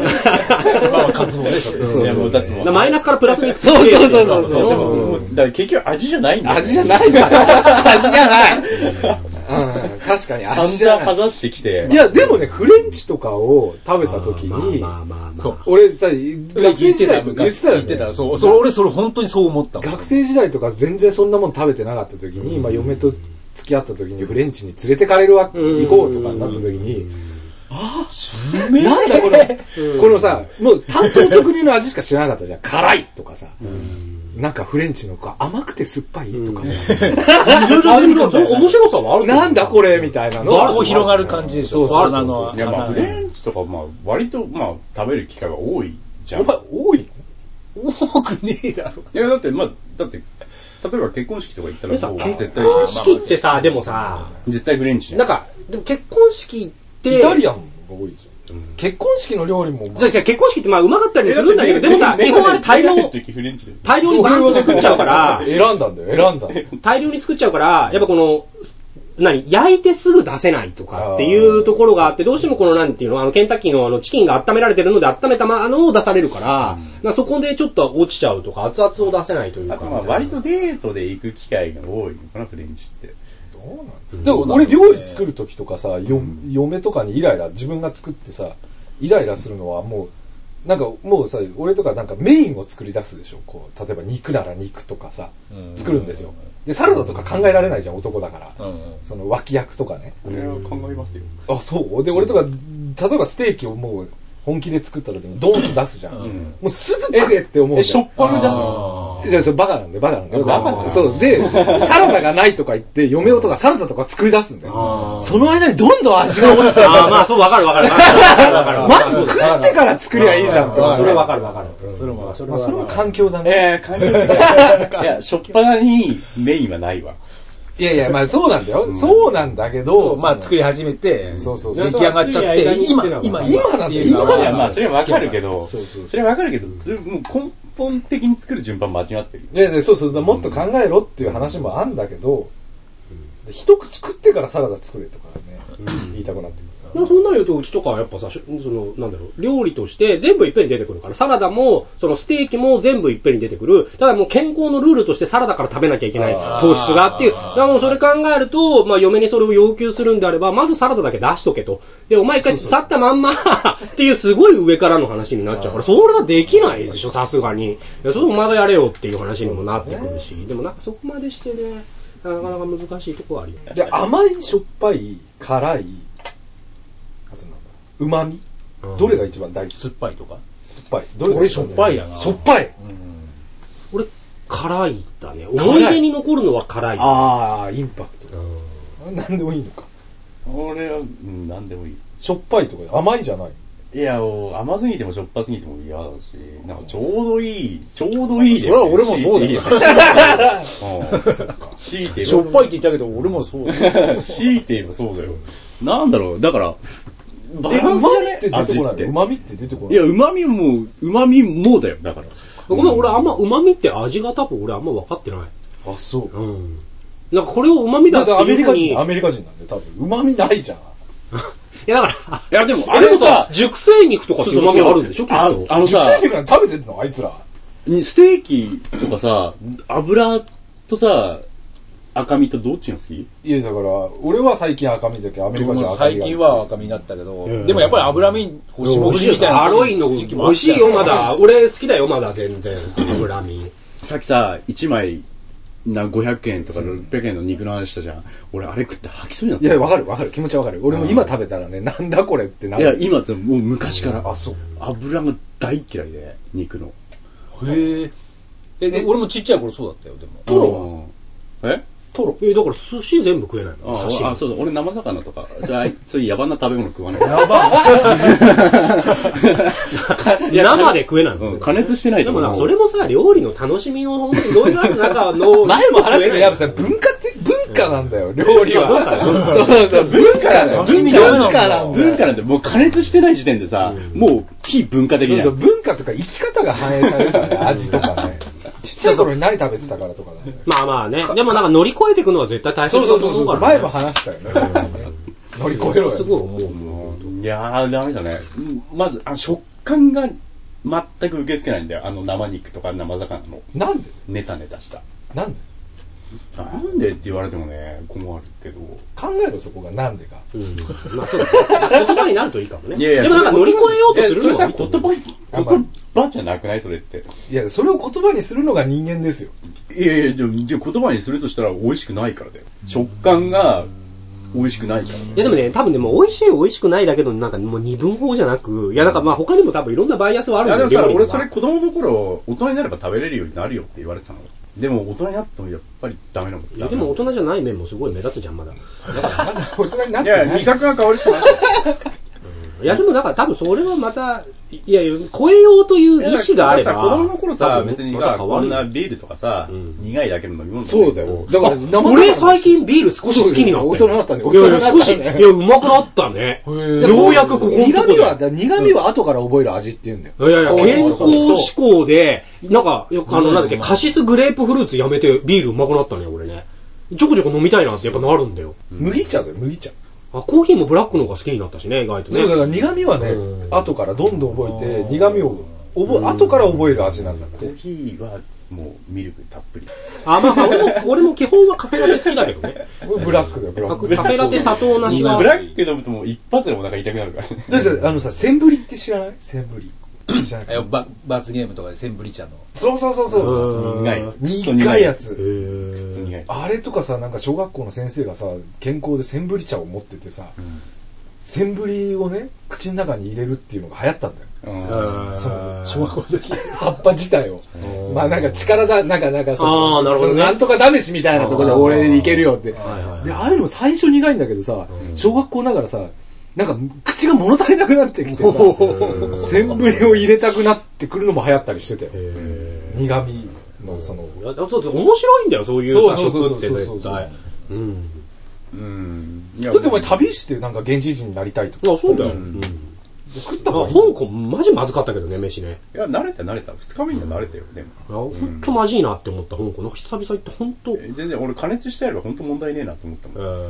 [SPEAKER 2] まあ、カツボね、それ。
[SPEAKER 5] いやもうだってもう
[SPEAKER 3] だからマイナスからプラスに行くってい
[SPEAKER 1] そうそうそう
[SPEAKER 5] そう
[SPEAKER 1] そう
[SPEAKER 5] で
[SPEAKER 1] そう。
[SPEAKER 5] ももうだから結局味じゃないんだよね。
[SPEAKER 1] 味じゃないんだよ。味じゃない。うん、確かに
[SPEAKER 5] 散
[SPEAKER 1] 味じゃ
[SPEAKER 5] 々
[SPEAKER 1] ない。
[SPEAKER 5] 話してきて
[SPEAKER 1] い、や、でもね、フレンチとかを食べた時に、
[SPEAKER 3] まあまあまあまあ。
[SPEAKER 2] そう
[SPEAKER 1] 俺さ、学生時代とか言ってたよ
[SPEAKER 2] 言
[SPEAKER 1] ね
[SPEAKER 2] ってた。そう、それ俺それ本当にそう思ったもん。
[SPEAKER 1] 学生時代とか全然そんなもん食べてなかった時に、まあ嫁と付き合った時にフレンチに連れてかれるわ、行こうとかになった時に、ああ、 なんだこの、このさ、もう担当職人の味しか知らなかったじゃん。辛いとかさ、なんかフレンチのこう甘くて酸っぱいとかさ、
[SPEAKER 3] い ろいろ出てくるから面白さはある
[SPEAKER 1] なんだこれみたいなの
[SPEAKER 2] こう広がる感じでし
[SPEAKER 1] そ
[SPEAKER 2] ょ。
[SPEAKER 1] うそう
[SPEAKER 2] あの
[SPEAKER 5] いやまあ
[SPEAKER 2] あ
[SPEAKER 5] フ
[SPEAKER 2] の
[SPEAKER 5] レンチとかまあ割とまあ食べる機会が多いじゃん。
[SPEAKER 1] お前多いの
[SPEAKER 2] 多くねえだろ。
[SPEAKER 5] いやだってまあだって例えば結婚式とか行ったら
[SPEAKER 3] でさ
[SPEAKER 5] もう
[SPEAKER 3] 結
[SPEAKER 5] 絶対
[SPEAKER 3] 婚式ってさ、でもさ、
[SPEAKER 5] 絶対フレンチね
[SPEAKER 3] なんか、でも結婚式って、
[SPEAKER 1] イタリアンが多いじゃん。結婚式の料理も、
[SPEAKER 3] そうじゃあ結婚式ってまあうまかったりもするんだけど、でもさ、
[SPEAKER 5] メ
[SPEAKER 3] 基
[SPEAKER 5] ガネ
[SPEAKER 3] 本あれ大量
[SPEAKER 5] メガネ、の時フレンチで
[SPEAKER 3] 大量にバーンと作っちゃうから、
[SPEAKER 1] 選んだんだよ、選んだんだよ。
[SPEAKER 3] 大量に作っちゃうから、やっぱこの、何焼いてすぐ出せないとかっていうところがあって、どうしてもこのなんていうの、あの、ケンタッキーのあの、チキンが温められてるので温めたまあのを出されるから、なんかそこでちょっと落ちちゃうとか、熱々を出せないというか。
[SPEAKER 5] あとまあ割とデートで行く機会が多いのかなフレンチって
[SPEAKER 1] でも俺料理作る時とかさ、よ嫁とかにイライラ自分が作ってさイライラするのはもうなんかもうさ俺とかなんかメインを作り出すでしょこう例えば肉なら肉とかさ作るんですよでサラダとか考えられないじゃん男だから、
[SPEAKER 2] うん
[SPEAKER 1] その脇役とかね
[SPEAKER 5] これは考えますよ
[SPEAKER 1] あそうで俺とか例えばステーキをもう本気で作った時にドーンと出すじゃん、もうすぐ食えって思う
[SPEAKER 5] え
[SPEAKER 1] じ
[SPEAKER 5] し
[SPEAKER 1] ゃ
[SPEAKER 5] ょ
[SPEAKER 1] ん
[SPEAKER 5] っぱな出す
[SPEAKER 2] あ
[SPEAKER 5] の
[SPEAKER 1] いや、それバカなんで、バカなんで。
[SPEAKER 5] バカなんだ
[SPEAKER 1] そう。で、サラダがないとか言って、嫁男がサラダとか作り出すんだよ。その間にどんどん味が落ちたんだ
[SPEAKER 3] ああ、まあ、そう、わかるわか る。わかるわかる。
[SPEAKER 1] まず食ってから作りゃいいじゃんと
[SPEAKER 3] まあ
[SPEAKER 1] か。
[SPEAKER 3] それわかるわかる。それ
[SPEAKER 1] まあそれは環境だね。
[SPEAKER 5] ええ、感じだ。 いや、しょっぱなにメインはないわ。
[SPEAKER 1] いやいや、まあそうなんだよ。そうなんだけど、
[SPEAKER 2] まあ作り始めて、
[SPEAKER 1] そうそうそう
[SPEAKER 2] 出来上がっちゃっ
[SPEAKER 3] そう
[SPEAKER 2] て、
[SPEAKER 3] そう
[SPEAKER 2] 今
[SPEAKER 3] そう、
[SPEAKER 2] 今、
[SPEAKER 1] 今なんだよ
[SPEAKER 2] っていうの
[SPEAKER 1] 今
[SPEAKER 5] い
[SPEAKER 1] だ
[SPEAKER 5] や、
[SPEAKER 1] よ
[SPEAKER 5] まあ、それはわかるけど、
[SPEAKER 1] そうそう
[SPEAKER 5] それはわかるけど、ずもう根本的に作る順番間違ってる。
[SPEAKER 1] いやいや、そうそう、だからもっと考えろっていう話もあんだけど、で一口食ってからサラダ作れとかね、言いたくなってくる。
[SPEAKER 3] でもそんなん言うと、うちとかはやっぱさ、しその、なんだろう、料理として全部いっぺんに出てくるから、サラダも、そのステーキも全部いっぺんに出てくる。ただもう健康のルールとしてサラダから食べなきゃいけない糖質がっていう。だからもうそれ考えると、まあ嫁にそれを要求するんであれば、まずサラダだけ出しとけと。で、お前一回去ったまんま、っていうすごい上からの話になっちゃうから、それはできないでしょ、さすがに。いや、それお前がやれよっていう話にもなってくるし。でもなんかそこまでしてね、なかなか難しいとこはあるよ。
[SPEAKER 1] で、甘い、しょっぱい、辛い、あとなんだ、旨味どれが一番大事
[SPEAKER 2] 酸っぱいとか。
[SPEAKER 1] 酸っぱい。どれが
[SPEAKER 2] 俺
[SPEAKER 1] 一
[SPEAKER 2] しょっ
[SPEAKER 1] 番大事
[SPEAKER 2] ぱいやな
[SPEAKER 1] しょっぱい
[SPEAKER 3] 俺、辛いだね。思い出に残るのは辛い。
[SPEAKER 1] ああ、インパクト
[SPEAKER 3] う。ん
[SPEAKER 1] なんでもいいのか。
[SPEAKER 5] 俺は、うん、なんでもいい。
[SPEAKER 1] しょっぱいとか甘いじゃない。
[SPEAKER 5] いや、もう甘すぎてもしょっぱすぎても嫌だし、なんかちょうどいい、ちょうどいいだよね、
[SPEAKER 2] それは俺も
[SPEAKER 5] そうだよ。強いて
[SPEAKER 2] しょ
[SPEAKER 5] 言
[SPEAKER 2] っぱいって言ったけど、俺もそうだよ。
[SPEAKER 5] えば、強いて言えばそうだよ。なんだろう、だから、バ
[SPEAKER 1] え、
[SPEAKER 5] ランス
[SPEAKER 1] 旨
[SPEAKER 5] じ
[SPEAKER 1] 味
[SPEAKER 5] ゃね
[SPEAKER 1] って出て
[SPEAKER 5] 味
[SPEAKER 1] こな
[SPEAKER 5] っ
[SPEAKER 1] いの
[SPEAKER 5] て。
[SPEAKER 1] 旨味って出てこない
[SPEAKER 5] いや、旨味も、旨味もだよ、だから。
[SPEAKER 3] ごめん、俺あんま旨味って味が多分俺あんま分かってない。
[SPEAKER 1] あ、そう。
[SPEAKER 3] うん。なんかこれを旨味だ
[SPEAKER 1] だっ
[SPEAKER 3] っ
[SPEAKER 1] てて
[SPEAKER 3] いう
[SPEAKER 1] アメリ
[SPEAKER 3] ふう
[SPEAKER 1] カ
[SPEAKER 3] に。い
[SPEAKER 1] 人、アメリカ人なんで多分、旨味ないじゃん。
[SPEAKER 3] やだから、
[SPEAKER 5] いや、でも、
[SPEAKER 3] あれ
[SPEAKER 5] あれ
[SPEAKER 3] も
[SPEAKER 5] も
[SPEAKER 3] さ
[SPEAKER 5] さ、、
[SPEAKER 3] 熟成肉とかって旨味あるんでしょきっ
[SPEAKER 5] あ
[SPEAKER 3] と。
[SPEAKER 5] あのさ、
[SPEAKER 1] 肉なんか食べてんのあいつら。
[SPEAKER 5] ステーキとかさ、油とさ、赤身とどっちが好き
[SPEAKER 1] いや、だから、俺は最近赤身だけど、アメリカ人は赤身
[SPEAKER 2] 最
[SPEAKER 1] が
[SPEAKER 2] 近は赤身になったけど
[SPEAKER 3] ん、
[SPEAKER 2] でもやっぱり油身、こう霜降りみたいな。
[SPEAKER 3] ハロウィンの時期も美味しいよ、まだ。俺好きだよ、まだ全然。脂身。
[SPEAKER 5] さっきさ、1枚、な、500円とか600円の肉の話したじゃん。俺、あれ食って吐きそうに
[SPEAKER 1] い
[SPEAKER 5] なっ
[SPEAKER 1] や、わかるわかる。気持ちはわかる。俺も今食べたらね、なんだこれってな
[SPEAKER 5] た。いや、
[SPEAKER 1] る。
[SPEAKER 5] 今ってもう昔から、
[SPEAKER 1] あ、そう。
[SPEAKER 5] 油が大嫌いで、肉の。
[SPEAKER 2] へえ。え、で俺もちっちゃい頃そうだったよ、でも。
[SPEAKER 1] トロ
[SPEAKER 5] はえ
[SPEAKER 1] トロ。
[SPEAKER 3] え、だから寿司全部食えない
[SPEAKER 5] あ
[SPEAKER 3] の刺身
[SPEAKER 5] あ、あそうだ、俺生魚とか、それ、そういう野 蛮な食べ物食わない。野蛮
[SPEAKER 3] 生で食えないの
[SPEAKER 5] うん、加熱してない
[SPEAKER 3] で
[SPEAKER 5] と
[SPEAKER 3] も
[SPEAKER 5] 思
[SPEAKER 3] なん
[SPEAKER 5] う
[SPEAKER 3] かそれもさ、料理の楽しみの本当にいろいろある中の。
[SPEAKER 1] 前も話したけど、やっぱさ、
[SPEAKER 3] 食えない
[SPEAKER 1] 文化って、文化なんだよ、料理は。そうそう、文化なんだよ。
[SPEAKER 2] 刺身ダメな
[SPEAKER 1] 文
[SPEAKER 2] の
[SPEAKER 1] 化なんだよ。
[SPEAKER 5] 文化なんてもう加熱してない時点でさ、もう非文化的
[SPEAKER 1] そう
[SPEAKER 5] な
[SPEAKER 1] そう、文化とか生き方が反映されるからね、味とかね。 ちっちゃい頃に何食べてたからとかね。
[SPEAKER 3] まあまあね。でもなんか乗り越えていくのは絶対大切
[SPEAKER 1] そうそ
[SPEAKER 3] だと
[SPEAKER 1] うそう
[SPEAKER 3] 思うか
[SPEAKER 1] そう。
[SPEAKER 3] ら、ね。
[SPEAKER 1] 前も話したよね、そういうのね 乗り越えろよ。
[SPEAKER 3] すごい思う。
[SPEAKER 5] いやー、ダメだね。うんまず、あ食感が全く受け付けないんだよ。あの生肉とか生魚の
[SPEAKER 1] なんで
[SPEAKER 5] ネタネタした。
[SPEAKER 1] なんで
[SPEAKER 5] なんでって言われてもね、困るけど。
[SPEAKER 1] 考えろ、そこが。なんでか。
[SPEAKER 3] うんまあそうだね。言葉になるといいかもね。
[SPEAKER 5] いやいや
[SPEAKER 3] でもなんか乗り越えようとする
[SPEAKER 5] え
[SPEAKER 3] の
[SPEAKER 5] それ
[SPEAKER 3] は
[SPEAKER 5] さ、言葉、言葉じゃなくないそれって。
[SPEAKER 1] いや、それを言葉にするのが人間ですよ。
[SPEAKER 5] いやいや、でもで言葉にするとしたら美味しくないからだよ。食感が美味しくないから。
[SPEAKER 3] いやでもね、多分ね、もう美味しい美味しくないだけど、なんかもう二分法じゃなく、いやなんかまあ他にも多分いろんなバイアスはあ
[SPEAKER 5] い
[SPEAKER 3] るん
[SPEAKER 5] や
[SPEAKER 3] だ
[SPEAKER 5] で
[SPEAKER 3] よ
[SPEAKER 5] もさ、
[SPEAKER 3] 料理には
[SPEAKER 5] 俺それ子供の頃、大人になれば食べれるようになるよって言われてたの。でも大人になってもやっぱりダメなもん。
[SPEAKER 3] いやでも大人じゃない面もすごい目立つじゃん、まだ。
[SPEAKER 1] 大人になっ
[SPEAKER 5] い
[SPEAKER 1] てな
[SPEAKER 5] や、
[SPEAKER 1] い。
[SPEAKER 5] 味覚が変わるってない
[SPEAKER 3] いやでもなんか多分それはまた、いや、超えようという意志があれば。
[SPEAKER 5] 子供の頃
[SPEAKER 3] 多
[SPEAKER 5] さ、
[SPEAKER 3] 分
[SPEAKER 5] 別に
[SPEAKER 3] また
[SPEAKER 5] さ、
[SPEAKER 3] 変
[SPEAKER 5] こ
[SPEAKER 3] わる
[SPEAKER 5] ん
[SPEAKER 3] よ
[SPEAKER 5] なビールとかさ、苦いだけの飲み物
[SPEAKER 1] そうだよ。だから、生
[SPEAKER 3] 俺最近ビール少し好きになったよ。
[SPEAKER 1] 大人になったね
[SPEAKER 3] いやいや、
[SPEAKER 1] 大人
[SPEAKER 3] 少
[SPEAKER 1] になっ
[SPEAKER 3] し、
[SPEAKER 1] た
[SPEAKER 3] い
[SPEAKER 1] ね
[SPEAKER 3] や、うまくなったね。ようやくここのと
[SPEAKER 1] 苦
[SPEAKER 3] こ
[SPEAKER 1] 味
[SPEAKER 3] で
[SPEAKER 1] は、だ苦味は後から覚える味って言うんだよ。
[SPEAKER 3] いやいや、健康志
[SPEAKER 1] そ
[SPEAKER 3] 向で、なんか、よくあの、なんだっけ、カシスグレープフルーツやめてビールうまくなったね、俺ね。ちょこちょこ飲みたいなってやっぱなるんだよ。
[SPEAKER 1] う麦茶だよ、麦茶。
[SPEAKER 3] あ、コーヒーもブラックの方が好きになったしね、意外とね。
[SPEAKER 1] そうだから苦味はね、後からどんどん覚えて、苦味を、覚え後から覚える味なんだっ
[SPEAKER 5] コ
[SPEAKER 1] て
[SPEAKER 5] ー。ヒーはもうミルクたっぷり。
[SPEAKER 3] あ、まあまあ、俺も、俺も基本はカフェラテ好きだけど ね。
[SPEAKER 1] ブラックだよ、ブラ
[SPEAKER 3] カ
[SPEAKER 1] ッ
[SPEAKER 3] フ
[SPEAKER 1] ク。
[SPEAKER 3] ェラテ砂糖なしは
[SPEAKER 5] ブ。ラック飲むともう一発でお腹痛くなるからね。
[SPEAKER 1] だってあのさ、センブリって知らないセンブリ。知らな
[SPEAKER 2] え
[SPEAKER 1] い
[SPEAKER 2] ば罰ゲームとかでセンブリ茶の。
[SPEAKER 1] そうそうそうそう。
[SPEAKER 5] 苦いやつ。
[SPEAKER 1] 苦いや
[SPEAKER 5] ずっ
[SPEAKER 1] つ。
[SPEAKER 5] と苦いやつ。
[SPEAKER 1] あれとかさ、なんか小学校の先生がさ、健康でセンブリ茶を持っててさ、センブリをね、口口の中に入れるっていうのが流行ったんだよ。
[SPEAKER 3] うん
[SPEAKER 1] そう。小学校の時、葉っぱ自体を。まあなんか力だ、なんかなんかそう
[SPEAKER 3] あーなるほどね
[SPEAKER 1] そのなんとか試しみたいなところで俺でいけるよって。で、ああいうの最初苦いんだけどさ、小学校ながらさ、なんか口が物足りなくなってきてさ、センブリを入れたくなってくるのも流行ったりしてたよ。苦味のその。
[SPEAKER 3] いやだって面白いんだよ、そういうさ
[SPEAKER 1] そうそう
[SPEAKER 3] 食
[SPEAKER 1] そ
[SPEAKER 3] っ
[SPEAKER 1] う
[SPEAKER 3] て
[SPEAKER 1] そう
[SPEAKER 3] 絶対。うん。
[SPEAKER 5] うん。いや
[SPEAKER 1] だってお前旅してなんか現地人になりたいとか。
[SPEAKER 3] あ、そうだよ。
[SPEAKER 1] 食った
[SPEAKER 3] だ
[SPEAKER 1] 方
[SPEAKER 3] から
[SPEAKER 1] がい
[SPEAKER 3] 香
[SPEAKER 1] い。
[SPEAKER 3] 港、マジまずかったけどね、飯ね。
[SPEAKER 5] いや、慣れた慣れた。二日目には慣れたよ、でも。
[SPEAKER 3] いや、ほんとマジいなって思った、香港。なんか久々行って、ほんと。え
[SPEAKER 5] え全然俺加熱してやれば本当問題ねえなと思ったもん。
[SPEAKER 3] ー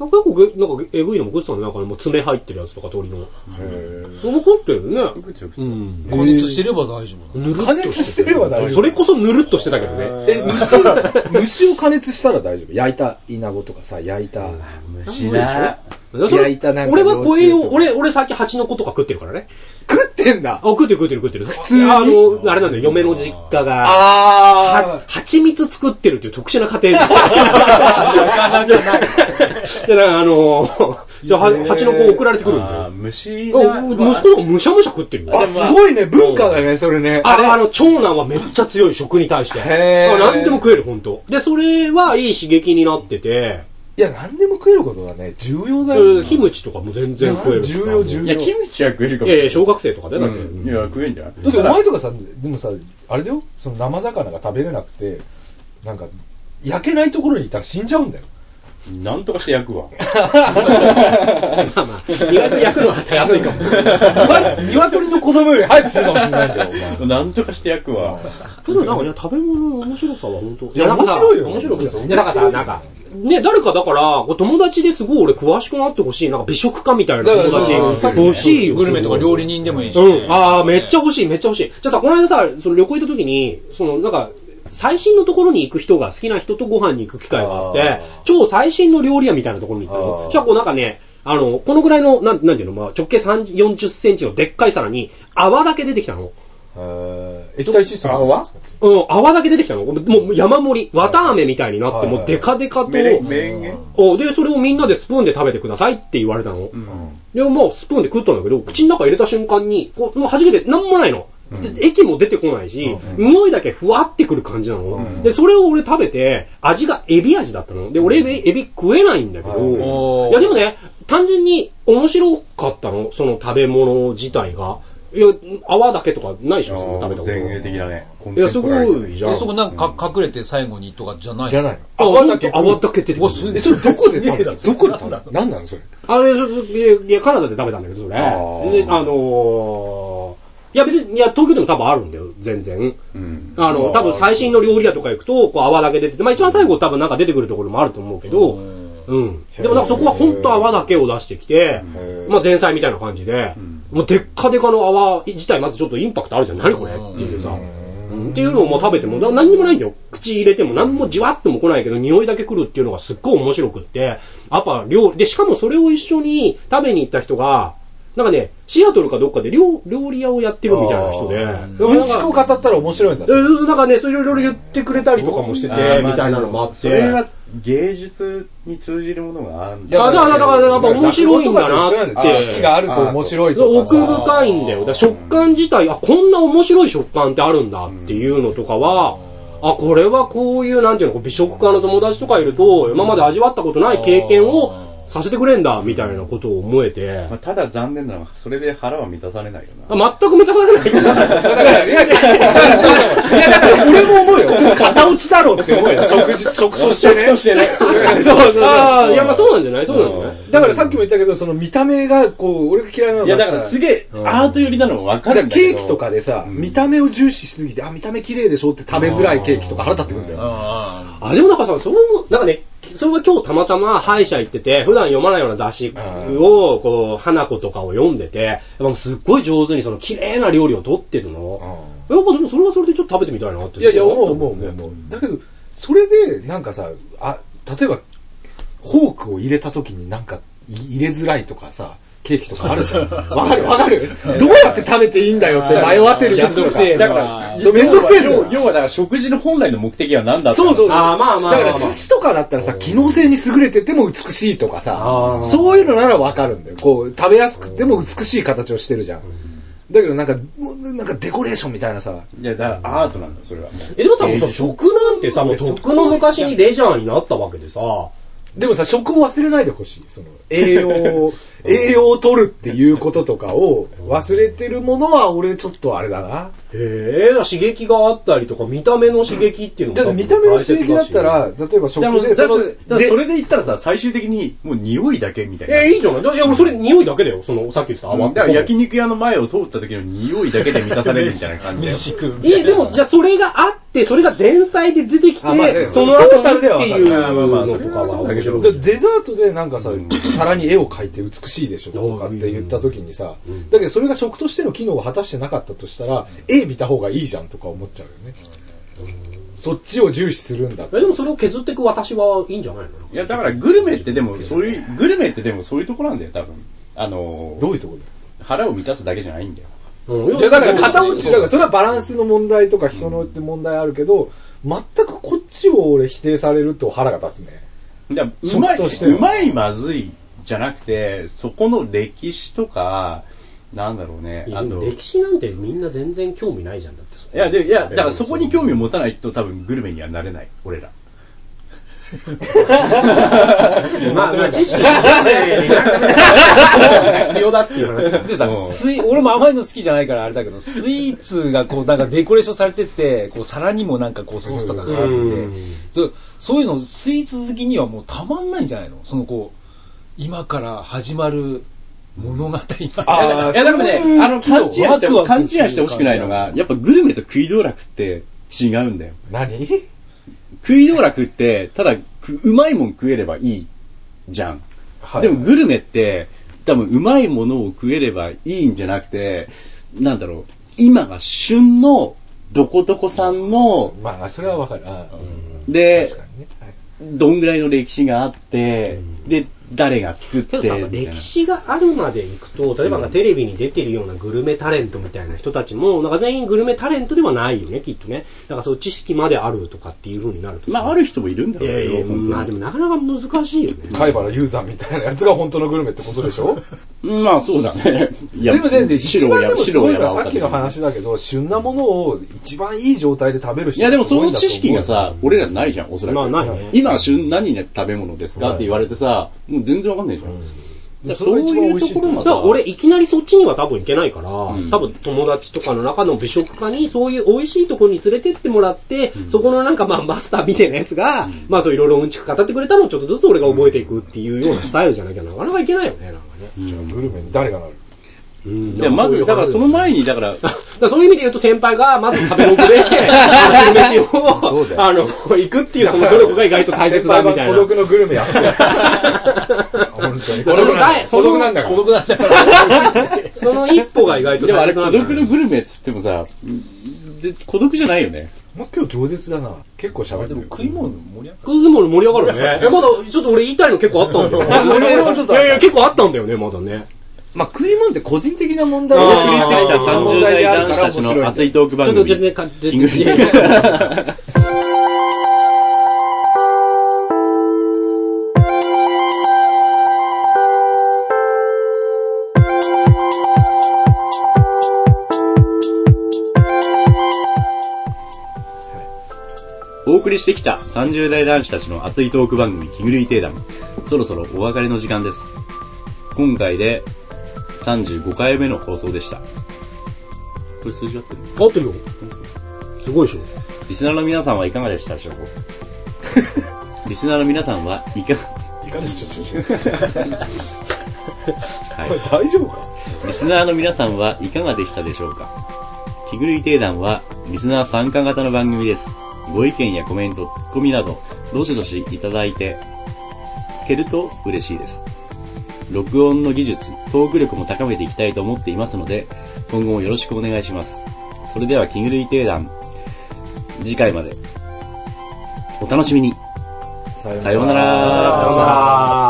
[SPEAKER 3] なんか結構げ、なんかえぐいのも食ってたのなんかもう爪入ってるやつとか鳥の。その食ってるよね。
[SPEAKER 5] ちょくちょく
[SPEAKER 3] うん。
[SPEAKER 2] 加熱してれば大丈夫
[SPEAKER 3] ぬるっと
[SPEAKER 1] 加熱してれば大丈夫
[SPEAKER 3] それこそぬるっとしてたけどね。
[SPEAKER 1] え、虫を、虫を加熱したら大丈夫。焼いたイナゴとかさ、焼いた。
[SPEAKER 5] 虫な。
[SPEAKER 3] だからそれ
[SPEAKER 1] 焼いたなんか
[SPEAKER 3] 俺はこれ
[SPEAKER 1] 幼虫
[SPEAKER 3] を、
[SPEAKER 1] とか
[SPEAKER 3] 俺、俺最近蜂の子とか食ってるからね。
[SPEAKER 1] 食ってんだ
[SPEAKER 3] あ、食ってる食ってる食ってる。普
[SPEAKER 1] 通に
[SPEAKER 3] あの、あれなんだよ、嫁の実家が。
[SPEAKER 1] あ
[SPEAKER 3] は蜂蜜作ってるっていう特殊な家庭な かなかない。や、だからあのー、じゃあ、は蜂の子送られてくるんだよ。
[SPEAKER 5] あー虫
[SPEAKER 3] あ
[SPEAKER 5] な。
[SPEAKER 3] 息子がむしゃむしゃ食ってるよ。
[SPEAKER 1] あ、すごいね、文化だね、それね。
[SPEAKER 3] あれ、あの、長男はめっちゃ強い、食に対して。
[SPEAKER 1] へー
[SPEAKER 3] あ何でも食える、本当で、それはいい刺激になってて、
[SPEAKER 1] いや、何でも食えることだね、重要だよ
[SPEAKER 3] で
[SPEAKER 1] ね。
[SPEAKER 3] キムチとかも全然食える。
[SPEAKER 1] 重要、重
[SPEAKER 5] い
[SPEAKER 1] 要。
[SPEAKER 5] や、キムチは食えるか
[SPEAKER 3] い
[SPEAKER 5] も
[SPEAKER 3] や
[SPEAKER 5] し
[SPEAKER 3] い
[SPEAKER 5] れ
[SPEAKER 3] や、
[SPEAKER 5] ない。
[SPEAKER 3] 小学生とかで、だって。
[SPEAKER 5] うんいや、食えんじゃない
[SPEAKER 1] だってお前とかさ、でもさ、あれだよ、その生魚が食べれなくて、なんか、焼けないところにいたら死んじゃ うんだよ。
[SPEAKER 5] なんとかして焼くわ。
[SPEAKER 3] まあまあ、意外と焼くのはたやすいかも。
[SPEAKER 1] お前、鶏の子供より早く死ぬかもしれないんだよ、 お前。
[SPEAKER 5] なんとかして焼くわ。
[SPEAKER 3] ただなんかね、食べ物の面白さは本当い
[SPEAKER 1] や
[SPEAKER 3] なんかさ
[SPEAKER 1] 面白いよ
[SPEAKER 3] 面白い
[SPEAKER 1] そうそう
[SPEAKER 3] いや、だからさ、なんか、ね、誰かだから、こう友達ですごい俺詳しくなってほしい。なんか美食家みたいな友達欲しいよ。
[SPEAKER 2] グルメとか料理人でもいいし、
[SPEAKER 3] うん。ああ、めっちゃ欲しい、めっちゃ欲しい。じゃあさ、この間さ、その旅行行った時に、そのなんか、最新のところに行く人が、好きな人とご飯に行く機会があって、超最新の料理屋みたいなところに行ったの。じゃあこうなんかね、あの、このぐらいの、なん、なんていうの、まあ、直径3、40センチのでっかい皿に、泡だけ出てきたの。
[SPEAKER 1] えー液体システム。
[SPEAKER 5] は
[SPEAKER 3] うん、泡だけ出てきたの。もうもう山盛り、綿飴みたいになって、もうデカデカと、
[SPEAKER 5] メレン、メレンゲ
[SPEAKER 3] おで、それをみんなでスプーンで食べてくださいって言われたの。でも、まあ、スプーンで食ったんだけど、口の中入れた瞬間に、こう、もう弾けてなんもないの。で液も出てこないし、匂いだけふわってくる感じなの、で、それを俺食べて、味がエビ味だったの。で、俺エビ、エビ食えないんだけど、いや、でもね、単純に面白かったの、その食べ物自体が。いや、泡だけとかないでしょ、その食べたこと。
[SPEAKER 5] 前衛的だね。
[SPEAKER 3] いや、すごいじゃん。
[SPEAKER 2] でそこなんか隠れて最後にとかじゃない
[SPEAKER 1] いらないの。
[SPEAKER 3] あ、泡だけ。泡だけ出てくる。
[SPEAKER 1] え、それどこで食べたの どこで食べたの何なのそれ。
[SPEAKER 3] あれ、そそいや、カナダで食べたんだけど、それ。であ
[SPEAKER 1] ー
[SPEAKER 3] のー、いや、別に、いや、東京でも多分あるんだよ、全然。
[SPEAKER 5] うん。
[SPEAKER 3] あの、多分最新の料理屋とか行くと、こう泡だけ出てて、まあ一番最後多分なんか出てくるところもあると思うけど、うん。でもなんかそこは本当泡だけを出してきて、まあ前菜みたいな感じで、もうでっかでかの泡自体まずちょっとインパクトあるじゃん。何これっていうさ。っていうのをもう食べても、な何にもないんだよ。口入れても何もじわっとも来ないけど、匂いだけ来るっていうのがすっごい面白くって、やっぱ料理、で、しかもそれを一緒に食べに行った人が、なんかね、シアトルかどっかで料料理屋をやってるみたいな人で。
[SPEAKER 1] うんちくを語ったら面白いんだ
[SPEAKER 3] え。ーなんかね、そういろいろ言ってくれたりとかもしてて、みたいなのもあって。
[SPEAKER 5] それは芸術に通じるものがあるんだ。
[SPEAKER 3] やあだからだからやっぱ面白いんだなって
[SPEAKER 1] 落語とかと一緒んだよ知識があると面白いとか
[SPEAKER 3] 奥
[SPEAKER 1] さ。
[SPEAKER 3] 深いんだよ。だから食感自体、あ、こんな面白い食感ってあるんだっていうのとかは、あ、これはこういう、なんていうの、美食家の友達とかいると、今まで味わったことない経験をさせてくれんだ、みたいなことを思えて、
[SPEAKER 5] まあただ残念なのは、それで腹は満たされないよな。
[SPEAKER 3] あ全く満 たされないんだ。
[SPEAKER 1] いや、だから俺も思う よ。それ片落ちだろって思うよ。食事、食としてね。そうそうそう。
[SPEAKER 3] あーいや、まあそうなんじゃないそうなんじゃない
[SPEAKER 1] だからさっきも言ったけど、その見た目が、こう、俺が嫌いなのがさ
[SPEAKER 5] いや、だからすげえ、アート寄りなのもわか
[SPEAKER 1] だか
[SPEAKER 5] る
[SPEAKER 1] ら
[SPEAKER 5] んだけど。
[SPEAKER 1] ケーキとかでさ、見た目を重視しすぎて、あ、見た目綺麗でしょって食べづらいケーキとか腹立ってくるんだよ。
[SPEAKER 2] あ
[SPEAKER 3] あ、でもなんかさ、そう思う、なんかね、それが今日たまたま歯医者行ってて、普段読まないような雑誌を、こう、花子とかを読んでて、やっぱもうすっごい上手にその綺麗な料理を取ってるの。やっぱでもそれはそれでちょっと食べてみたいなって。
[SPEAKER 1] いやいや、思う思う思う思う。だけど、それで、なんかさ、あ、例えば、フォークを入れた時になんか、い入れづらいとかさ、ケーキとかあるじ ゃん。わかるわかる。どうやって食べていいんだよって迷わせる
[SPEAKER 2] めんどくせえ
[SPEAKER 1] だ
[SPEAKER 2] な
[SPEAKER 1] から、めんどくせえの
[SPEAKER 5] 要
[SPEAKER 1] よ
[SPEAKER 5] は要はだから食事の本来の目的は何だ
[SPEAKER 1] そうそう。
[SPEAKER 3] あーまあまあまあまあ
[SPEAKER 1] だから寿司とかだったらさ、機能性に優れてても美しいとか
[SPEAKER 3] あ
[SPEAKER 1] さ
[SPEAKER 3] ー、
[SPEAKER 1] そういうのならわかるんだよ。こう、食べやすくても美しい形をしてるじゃん。だけどなんか、もうなんかデコレーションみたいなさ、
[SPEAKER 5] ういやだからアートなんだそれはもう
[SPEAKER 3] え、でもさ、もうさ食なんてさ、もう食の昔にレジャーになったわけでさ、
[SPEAKER 1] でもさ、食を忘れないでほしい。その、栄養を、栄養を取るっていうこととかを忘れてるものは俺ちょっとあれだな。
[SPEAKER 3] へえ、刺激があったりとか、見た目の刺激っていうの
[SPEAKER 1] だって見た目の刺激だった、ら、例えば食
[SPEAKER 5] でもだ
[SPEAKER 1] で、その
[SPEAKER 5] ってだからそれで言ったらさ最終的にもう匂いだけみたいな
[SPEAKER 3] え、いいじゃないいや、俺それ匂いだけだよ。その、さっき言ってた泡
[SPEAKER 5] だから焼肉屋の前を通った時の匂いだけで満たされるみたいな感じだよ
[SPEAKER 2] 飯食うみたいな
[SPEAKER 3] え、でも、じゃあそれがあって、それが前菜で出てき
[SPEAKER 1] あまあね
[SPEAKER 3] て、その後にっていう
[SPEAKER 5] まあまあまあ
[SPEAKER 3] のとかは面白い。
[SPEAKER 1] でデザートでなんかさ、皿に絵を描いて美しいでしょとかって言った時にさ、だけどそれが食としての機能を果たしてなかったとしたら、絵見た方がいいじゃんとか思っちゃうよね。そっちを重視するんだって。
[SPEAKER 3] え、でもそれを削っていく私はいいんじゃないの
[SPEAKER 5] いやだからグルメってでもそういうグルメってでもそういうとこなんだよ多分あの
[SPEAKER 1] どういうとこだよ
[SPEAKER 5] 腹を満たすだけじゃないんだよ
[SPEAKER 3] うん
[SPEAKER 1] いや、だから片落ち、だからそれはバランスの問題とか人のって問題あるけど、全くこっちを俺否定されると腹が立つね。
[SPEAKER 5] だからうまい
[SPEAKER 1] 食としては
[SPEAKER 5] うまいまずいじゃなくてそこの歴史とかなんだろうね
[SPEAKER 3] いや
[SPEAKER 5] あ
[SPEAKER 3] でも
[SPEAKER 5] と
[SPEAKER 3] 歴史なんてみんな全然興味ないじゃんだってそこ
[SPEAKER 5] いやでいやだからそこに興味を持たないと多分グルメにはなれない俺ら
[SPEAKER 3] まあまあ知識がね知識が必要だっていう話
[SPEAKER 2] でさ
[SPEAKER 5] うん、
[SPEAKER 2] スイ、俺も甘いの好きじゃないからあれだけど、スイーツがこうなんかデコレーションされてて、こう皿にもなんかこうソースとかがあって
[SPEAKER 3] うん、
[SPEAKER 2] そうそういうのスイーツ好きにはもうたまんないんじゃないのそのこう、今から始まる物語が。
[SPEAKER 1] あー
[SPEAKER 5] い やでもね
[SPEAKER 2] そういう
[SPEAKER 5] あの勘違いして
[SPEAKER 2] ワクワク
[SPEAKER 5] 勘違いしてほしくないのがやっぱグルメと食い道楽って違うんだよ
[SPEAKER 1] 何
[SPEAKER 5] 食い道楽って、ただ、くうまいもん食えればいいじゃん。
[SPEAKER 1] はい
[SPEAKER 5] でもグルメって、多分うまいものを食えればいいんじゃなくて、なんだろう、今が旬のどこどこさんの、
[SPEAKER 1] まあ、それはわかる。あー
[SPEAKER 5] で、
[SPEAKER 1] 確かにね。はい
[SPEAKER 5] どんぐらいの歴史があって、で、誰が作っ
[SPEAKER 3] けど
[SPEAKER 5] て、
[SPEAKER 3] さ、
[SPEAKER 5] みたい
[SPEAKER 3] 歴
[SPEAKER 5] な
[SPEAKER 3] 史があるまで行くと、例えばなんかテレビに出てるようなグルメタレントみたいな人たちも、なんか全員グルメタレントではないよね、きっとね。なんかそう知識まであるとかっていう風になるとさ。
[SPEAKER 5] まあ、ある人もいるんだろ
[SPEAKER 3] いうや
[SPEAKER 5] け
[SPEAKER 3] いや、
[SPEAKER 5] ど、本
[SPEAKER 3] まあ
[SPEAKER 5] 当
[SPEAKER 3] で
[SPEAKER 5] に
[SPEAKER 3] もなかなか難しいよね。
[SPEAKER 1] 貝原雄山みたいなやつが本当のグルメってことでしょ
[SPEAKER 5] うんまあ、そうだね。いや
[SPEAKER 1] でも全然、一
[SPEAKER 5] 白を
[SPEAKER 1] 番
[SPEAKER 5] や
[SPEAKER 1] でもす
[SPEAKER 5] 白
[SPEAKER 1] ご
[SPEAKER 5] を
[SPEAKER 1] い
[SPEAKER 5] や
[SPEAKER 1] のは
[SPEAKER 5] ば
[SPEAKER 1] さっきの話だけど、旬なものを一番いい状態で食べる人
[SPEAKER 5] いや、でもその知識がさ、俺らないじゃん、おそらく。
[SPEAKER 3] まあないね。
[SPEAKER 5] 今旬何ね食べ物ですかって言われてさ、もう全然わかんないじゃん。だから
[SPEAKER 1] それが一番美味しい
[SPEAKER 5] そういうとこ
[SPEAKER 3] だ
[SPEAKER 5] ろが
[SPEAKER 3] か
[SPEAKER 5] さ、
[SPEAKER 3] ら俺いきなりそっちには多分行けないから、多分友達とかの中の美食家にそういう美味しいところに連れてってもらって、そこのなんかまあマスターみたいなやつが、まあそういろいろうんちく語ってくれたのをちょっとずつ俺が覚えていくっていうようなスタイルじゃなきゃなかなかいけないよね、なんかね。
[SPEAKER 1] グルメに誰がなる
[SPEAKER 3] うん
[SPEAKER 5] いやまず、だからその前に、だから、
[SPEAKER 3] だからそういう意味で言うと先輩がまず食べ ログで、あの昼飯
[SPEAKER 1] そうだ
[SPEAKER 3] を、
[SPEAKER 1] よ
[SPEAKER 3] あの、行くっていうその努力が意外と大切だみたい
[SPEAKER 1] 孤
[SPEAKER 3] な。
[SPEAKER 1] 独のグルメやってる 本当に。孤
[SPEAKER 3] そ
[SPEAKER 1] 独
[SPEAKER 3] の
[SPEAKER 1] なんだ
[SPEAKER 3] 第
[SPEAKER 1] 孤独なんだから。
[SPEAKER 3] その一歩が意外と
[SPEAKER 5] でもあ
[SPEAKER 3] 大
[SPEAKER 5] れ
[SPEAKER 3] 切な
[SPEAKER 5] 孤
[SPEAKER 3] んだよ
[SPEAKER 5] 独
[SPEAKER 3] ね
[SPEAKER 5] のグルメっつってもさ、で孤独じゃないよね。
[SPEAKER 1] もう今日饒舌だな。結構喋って
[SPEAKER 2] でも
[SPEAKER 1] る。
[SPEAKER 2] 食い物盛り上が
[SPEAKER 3] クズも盛り上がるね。え、まだ、ちょっと俺言いたいの結 構あったんだよ。いやいや、結構あったんだよね、まだね。
[SPEAKER 1] まあ食い物って個人的な問題
[SPEAKER 3] あー
[SPEAKER 5] お送りしてきた30代男子たちの熱いトーク番組。
[SPEAKER 3] か、
[SPEAKER 5] キングスお送りしてきた30代男子たちの熱いトーク番組「キングルイ定談」そろそろお別れの時間です今回で35回目の放送でしたこれ数字合ってる
[SPEAKER 3] 合ってるよ。すごいでしょ。
[SPEAKER 5] リスナーの皆さんはいかがでしたでしょうか リスナーの皆さんはいか
[SPEAKER 1] いかがでしょう
[SPEAKER 5] はい
[SPEAKER 1] 大丈夫か
[SPEAKER 5] リスナーの皆さんはいかがでしたでしょうか気狂い定談はリスナー参加型の番組です。ご意見やコメント、ツッコミなど、どしどしいただいて、けると嬉しいです。録音の技術、トーク力も高めていきたいと思っていますので、今後もよろしくお願いします。それでは気狂い定談、次回まで、お楽しみに。
[SPEAKER 1] さ
[SPEAKER 5] さようなら。
[SPEAKER 3] あー。